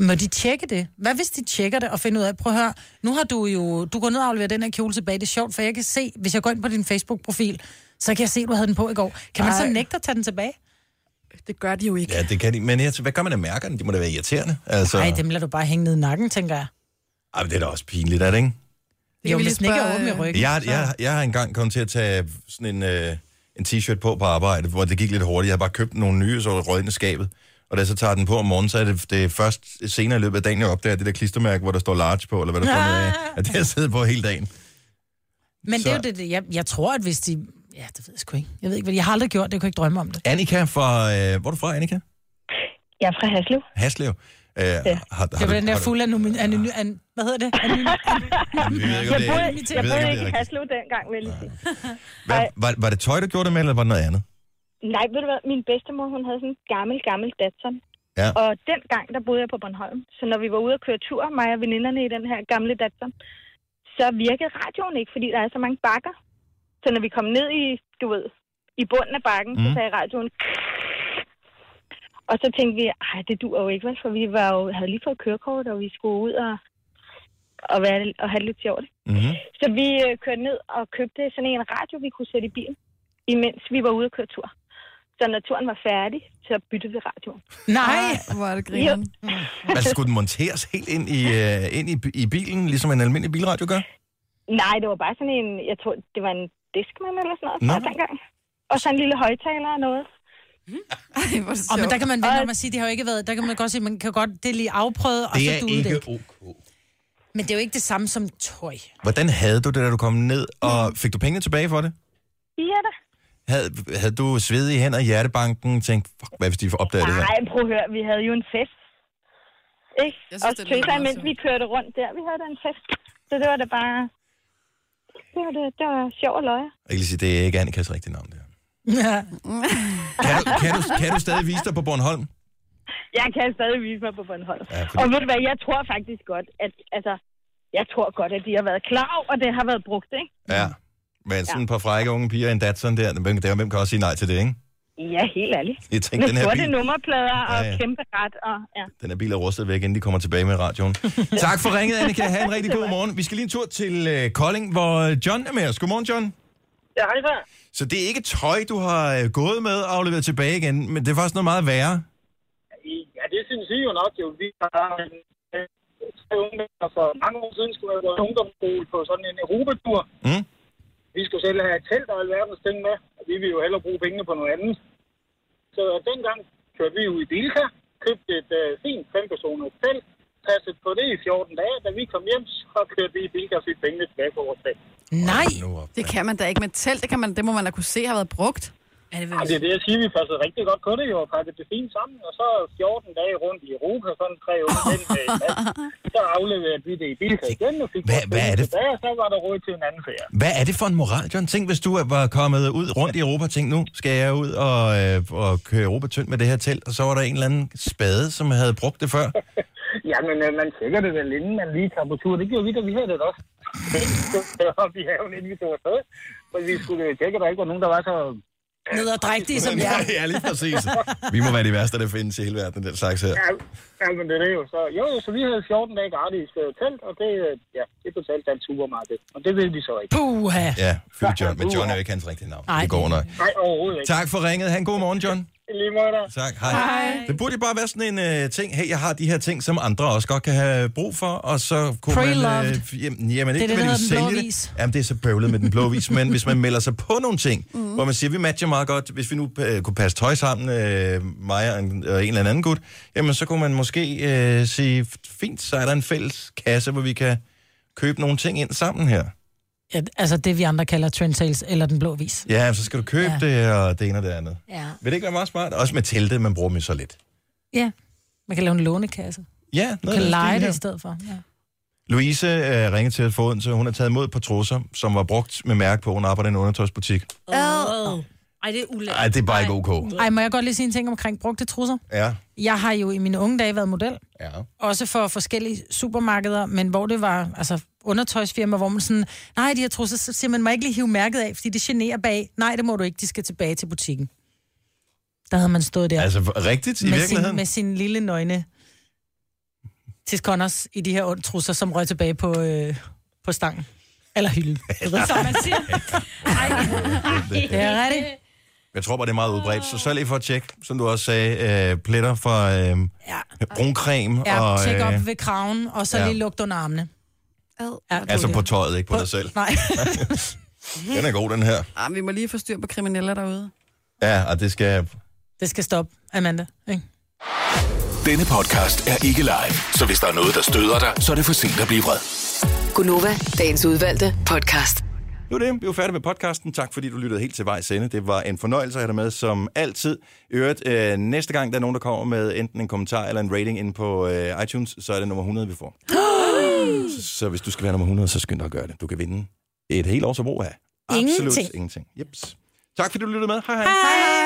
[SPEAKER 2] Må de tjekke det? Hvad hvis de tjekker det og finder ud af, prøv at høre, nu har du jo, du går ned og afleverer den her kjole tilbage, det er sjovt, for jeg kan se, hvis jeg går ind på din Facebook-profil, så kan jeg se, du havde den på i går. Kan man Ej. så
[SPEAKER 4] Ej.
[SPEAKER 2] nægte at tage den tilbage?
[SPEAKER 4] Det gør de jo ikke.
[SPEAKER 1] Ja, det kan de. Men jeg, hvad gør man af mærkerne? De må da være irriterende. Altså,
[SPEAKER 2] Nej,
[SPEAKER 1] Ej, det...
[SPEAKER 2] dem lader du bare hænge ned i nakken, tænker jeg.
[SPEAKER 1] Ej, men det er da også pinligt, er det ikke?
[SPEAKER 4] kan
[SPEAKER 2] Jo,
[SPEAKER 4] vi lige
[SPEAKER 2] hvis den ikke er
[SPEAKER 4] spørge-
[SPEAKER 2] åben i ryggen.
[SPEAKER 1] Jeg, jeg, jeg har engang kommet til at tage sådan en, øh, en t-shirt på på arbejde, hvor det gik lidt hurtigt. Jeg havde bare købt nogle nye, så var det røget ind i skabet. Og da jeg så tager den på om morgenen, så er det, det er først senere i løbet af dagen, jeg opdager det der klistermærke, hvor der står large på, eller hvad der står nede af, at det har jeg siddet på hele dagen.
[SPEAKER 2] Men det er jo
[SPEAKER 1] Så-
[SPEAKER 2] det, det, jeg, jeg tror, at hvis de... Ja, det ved jeg sgu ikke. Jeg ved ikke, hvad jeg har aldrig gjort det. Jeg kunne ikke drømme om det.
[SPEAKER 1] Annika fra... Øh, hvor er du fra, Annika?
[SPEAKER 9] Jeg er fra Haslev.
[SPEAKER 1] Haslev. Øh, ja. har, har,
[SPEAKER 2] Det var
[SPEAKER 1] du-
[SPEAKER 2] den der
[SPEAKER 1] har du-
[SPEAKER 2] fulde anony... anony an, hvad hedder det? Anony...
[SPEAKER 1] Jeg ved ikke,
[SPEAKER 9] Jeg
[SPEAKER 1] om det er-
[SPEAKER 9] boede,
[SPEAKER 1] jeg ved ikke,
[SPEAKER 9] jeg
[SPEAKER 1] om det
[SPEAKER 9] boede
[SPEAKER 1] er
[SPEAKER 9] ikke i
[SPEAKER 1] rigtigt.
[SPEAKER 9] Haslev dengang, vil jeg lige sige.
[SPEAKER 1] Hvad, var, var det tøj, der gjorde det med, eller var det noget andet?
[SPEAKER 9] Nej, ved du hvad? Min bedstemor, hun havde sådan en gammel, gammel Datsun.
[SPEAKER 1] Ja.
[SPEAKER 9] Og dengang, der boede jeg på Bornholm. Så når vi var ude at køre tur, mig og veninderne i den her gamle Datsun, så virkede radioen ikke, fordi der er så mange bakker. Så når vi kom ned i, du ved, i bunden af bakken, mm. så
[SPEAKER 1] Mm.
[SPEAKER 9] sagde radioen... Og så tænkte vi, ej, det duer jo ikke, vel? For vi var jo, havde lige fået kørekort, og vi skulle ud og, og, være, og have det lidt sjovt.
[SPEAKER 1] Mm-hmm.
[SPEAKER 9] Så vi øh, kørte ned og købte sådan en radio, vi kunne sætte i bilen, imens vi var ude og køre tur. Så når turen var færdig, så byttede vi radioen.
[SPEAKER 2] Nej!
[SPEAKER 4] Ej, hvor er det grineren.
[SPEAKER 1] Altså, skulle den monteres helt ind i, øh, ind i, i bilen, ligesom en almindelig bilradio gør?
[SPEAKER 9] Nej, det var bare sådan en, jeg tror, det var en diskman eller sådan noget,
[SPEAKER 1] Nå.
[SPEAKER 9] fra dengang. Og så en lille højtaler og noget.
[SPEAKER 4] Ah, Ej, hvor er det
[SPEAKER 2] Og men der
[SPEAKER 4] sjovt.
[SPEAKER 2] kan man vende om og sige, det har jo ikke været... Der kan man godt sige, man kan godt... Det er lige afprøvet, og så duede det ikke.
[SPEAKER 1] ok.
[SPEAKER 2] Men det er jo ikke det samme som tøj.
[SPEAKER 1] Hvordan havde du det, da du kom ned, og fik du pengene tilbage for det?
[SPEAKER 9] Ja da.
[SPEAKER 1] Havde, havde du sved i hænder i hjertebanken, tænkt, fuck, hvad hvis de opdager det her?
[SPEAKER 9] Nej, prøv at høre, vi havde jo en fest. Ikke?
[SPEAKER 4] Jeg
[SPEAKER 9] Synes,
[SPEAKER 4] synes,
[SPEAKER 9] og
[SPEAKER 4] det lyder
[SPEAKER 9] tøser,
[SPEAKER 4] meget
[SPEAKER 9] mens vi
[SPEAKER 4] sjovt.
[SPEAKER 9] kørte rundt der, vi havde da en fest. Så det var da bare... Det var, det, det var sjov og løje.
[SPEAKER 1] Jeg kan lige sige, det er ikke Annikas rigtige navn, det her.
[SPEAKER 2] Ja.
[SPEAKER 1] Kan du, kan, du, kan du stadig vise dig på Bornholm?
[SPEAKER 9] Jeg kan stadig vise mig på Bornholm.
[SPEAKER 1] Ja,
[SPEAKER 9] Og
[SPEAKER 1] fordi,
[SPEAKER 9] ved du hvad, jeg tror faktisk godt, at altså, jeg tror godt, at de har været klar over, at det har været brugt, ikke?
[SPEAKER 1] ja. Men sådan et par frække unge piger, en datson der, hvem, der, hvem kan også sige nej til det, ikke?
[SPEAKER 9] Ja, helt ærligt.
[SPEAKER 1] Jeg tænkte,
[SPEAKER 9] Med
[SPEAKER 1] den her
[SPEAKER 9] sorte
[SPEAKER 1] bil,
[SPEAKER 9] nummerplader og
[SPEAKER 1] Ja, ja.
[SPEAKER 9] kæmpe ret. Og, ja.
[SPEAKER 1] den her bil er rustet væk, inden de kommer tilbage med radioen. tak for ringet, Annika. Ha' en rigtig god morgen. Vi skal lige en tur til øh, Kolding, hvor John er med os. Godmorgen, John.
[SPEAKER 7] Ja, hej der.
[SPEAKER 1] Så det er ikke tøj, du har øh, gået med og afleveret tilbage igen, men det er faktisk noget meget værre.
[SPEAKER 8] Ja, det synes I jo nok, jo. Vi har en øh, tre unge mennesker for mange år siden, skulle vi have været ungdomsskole på sådan en europatur.
[SPEAKER 1] Mm.
[SPEAKER 8] Vi skulle selv have et telt og alverdens ting med, og vi ville jo hellere bruge pengene på noget andet. Så dengang kørte vi ud i Bilka, købte et øh, fint fempersoners telt, passet på det i 14 dage. Da vi kom hjem, så kørte vi i Bilka og fik pengene tilbage på vores telt.
[SPEAKER 2] Nej!
[SPEAKER 1] Nu op.
[SPEAKER 4] Det kan man da ikke med et telt. Det, kan man, det må man da kunne se har været brugt.
[SPEAKER 3] Ja, det vil
[SPEAKER 8] Og
[SPEAKER 3] jeg
[SPEAKER 8] det
[SPEAKER 3] sige.
[SPEAKER 8] er det, jeg siger, vi passede rigtig godt på det jo, og pakkede det fint sammen. Og så 14 dage rundt i Europa, sådan tre uger den dag. Så afleverede vi det i Bilka igen, og fik
[SPEAKER 1] Hvad-
[SPEAKER 8] vores
[SPEAKER 1] hvad er
[SPEAKER 8] penge
[SPEAKER 1] det for-
[SPEAKER 8] tilbage, og så var der råd til en anden ferie.
[SPEAKER 1] Hvad er det for en moral, John? Tænk, hvis du var kommet ud rundt i Europa, tænk nu skal jeg ud og, øh, og køre Europa tyndt med det her telt, og så var der en eller anden spade, som havde brugt det før.
[SPEAKER 8] Jamen, øh, man tjekker det vel, inden man lige tager på tur. Det gjorde vi, da vi havde det også. Det var op i haven, inden vi tog afsted. For vi skulle øh, tjekke, at der ikke var nogen, der var så...
[SPEAKER 2] Ned og drægtige som jeg.
[SPEAKER 1] ja, lige præcis. Vi må være de værste, der findes i hele verden, den slags her.
[SPEAKER 8] Ja, jamen, det er det jo. Så, jo, jo, så vi havde 14 dage gratis øh, telt, og det, øh, ja, det betalte den supermarked. Og det ved de så ikke.
[SPEAKER 2] Puha!
[SPEAKER 1] Ja, fyr John, men John er jo ikke hans rigtige navn.
[SPEAKER 2] Ej.
[SPEAKER 1] Det går nok.
[SPEAKER 8] Nej, overhovedet ikke.
[SPEAKER 1] Tak for ringet. Han god morgen, John.
[SPEAKER 8] I Lige måde der.
[SPEAKER 1] Tak. Hej. Hej. Det burde jo bare være sådan en uh, ting. Hey, jeg har de her ting, som andre også godt kan have brug for, og så kunne man...
[SPEAKER 2] Pre-loved.
[SPEAKER 1] Uh, jamen, jamen,
[SPEAKER 2] Det er
[SPEAKER 1] ikke
[SPEAKER 2] det, der
[SPEAKER 1] nødvendigvis
[SPEAKER 2] hedder den blå
[SPEAKER 1] sælge det.
[SPEAKER 2] vis.
[SPEAKER 1] Jamen, det er så bøvlet med den blå vis, men hvis man melder sig på nogle ting, mm.
[SPEAKER 2] Mhm.
[SPEAKER 1] hvor man siger, vi matcher meget godt, hvis vi nu uh, kunne passe tøj sammen, uh, mig og en, og en eller anden gut, jamen, så kunne man måske uh, sige, fint, så er der en fælles kasse, hvor vi kan købe nogle ting ind sammen her.
[SPEAKER 2] Ja, altså det, vi andre kalder trendtails eller den blå vis.
[SPEAKER 1] Ja, så skal du købe ja. det, og det ene og det andet.
[SPEAKER 2] Ja.
[SPEAKER 1] Vil det ikke være meget smart? Også med teltet, man bruger dem jo så lidt.
[SPEAKER 2] ja. Man kan lave en lånekasse.
[SPEAKER 1] Ja,
[SPEAKER 2] Du
[SPEAKER 1] noget
[SPEAKER 2] kan
[SPEAKER 1] af den
[SPEAKER 2] lege
[SPEAKER 1] stil
[SPEAKER 2] det
[SPEAKER 1] her.
[SPEAKER 2] i stedet for. Ja.
[SPEAKER 1] Louise øh, ringede til os for Odense. Hun har taget imod et par trusser, som var brugt med mærke på. Hun arbejder i en undertøjsbutik.
[SPEAKER 3] Åh. Ej, det er ulækkert.
[SPEAKER 1] Nej, det er bare ikke ok.
[SPEAKER 2] Ej, må jeg godt lige sige en ting omkring brugte trusser?
[SPEAKER 1] Ja,
[SPEAKER 2] Jeg har jo i mine unge dage været model,
[SPEAKER 1] ja.
[SPEAKER 2] også for forskellige supermarkeder, men hvor det var altså undertøjsfirma, hvor man sådan, nej, de her trusser, så siger man, må jeg ikke lige hive mærket af, fordi det generer bag. Nej, det må du ikke, de skal tilbage til butikken. Der havde man stået der
[SPEAKER 1] Altså, rigtigt i
[SPEAKER 2] med, sin,
[SPEAKER 1] virkeligheden?
[SPEAKER 2] med sin lille nøgne tiskonners i de her ondt trusser, som røg tilbage på, øh, på stangen. Eller hylden. Jeg ved ikke,
[SPEAKER 3] Som man siger. Ej,
[SPEAKER 2] Det er rigtigt.
[SPEAKER 1] Jeg tror bare, det er meget udbredt. Så sørg lige for at tjekke, som du også sagde, øh, pletter fra øh,
[SPEAKER 2] Ja.
[SPEAKER 1] bruncreme
[SPEAKER 2] Ja,
[SPEAKER 1] og...
[SPEAKER 2] tjek
[SPEAKER 1] Øh,
[SPEAKER 2] op ved kraven, og så
[SPEAKER 1] ja.
[SPEAKER 2] lige lugt under armene.
[SPEAKER 4] Ad.
[SPEAKER 2] Ja, det er
[SPEAKER 1] altså
[SPEAKER 2] det.
[SPEAKER 1] på tøjet, ikke på dig selv.
[SPEAKER 2] Nej.
[SPEAKER 1] Den er god, den her.
[SPEAKER 4] Ah, vi må lige få styr på krimineller derude.
[SPEAKER 1] Ja, og det skal...
[SPEAKER 2] Det skal stoppe, Amanda. Ikke?
[SPEAKER 6] Denne podcast er ikke live, så hvis der er noget, der støder dig, så er det for sent at blive vred.
[SPEAKER 5] Gunova, dagens udvalgte podcast.
[SPEAKER 1] Nu er det. Vi er færdige med podcasten. Tak, fordi du lyttede helt til vejs ende. Det var en fornøjelse at have dig med, som altid. I øvrigt, øh, næste gang, der er nogen, der kommer med enten en kommentar eller en rating inde på øh, iTunes, så er det nummer 100, vi får. så, så hvis du skal være nummer 100, så skynd dig at gøre det. Du kan vinde et helt års forbrug af. Absolut
[SPEAKER 2] Ingenting.
[SPEAKER 1] ingenting. Jeps. Tak, fordi du lyttede med. Hej hej. hej.
[SPEAKER 4] Hej, hej.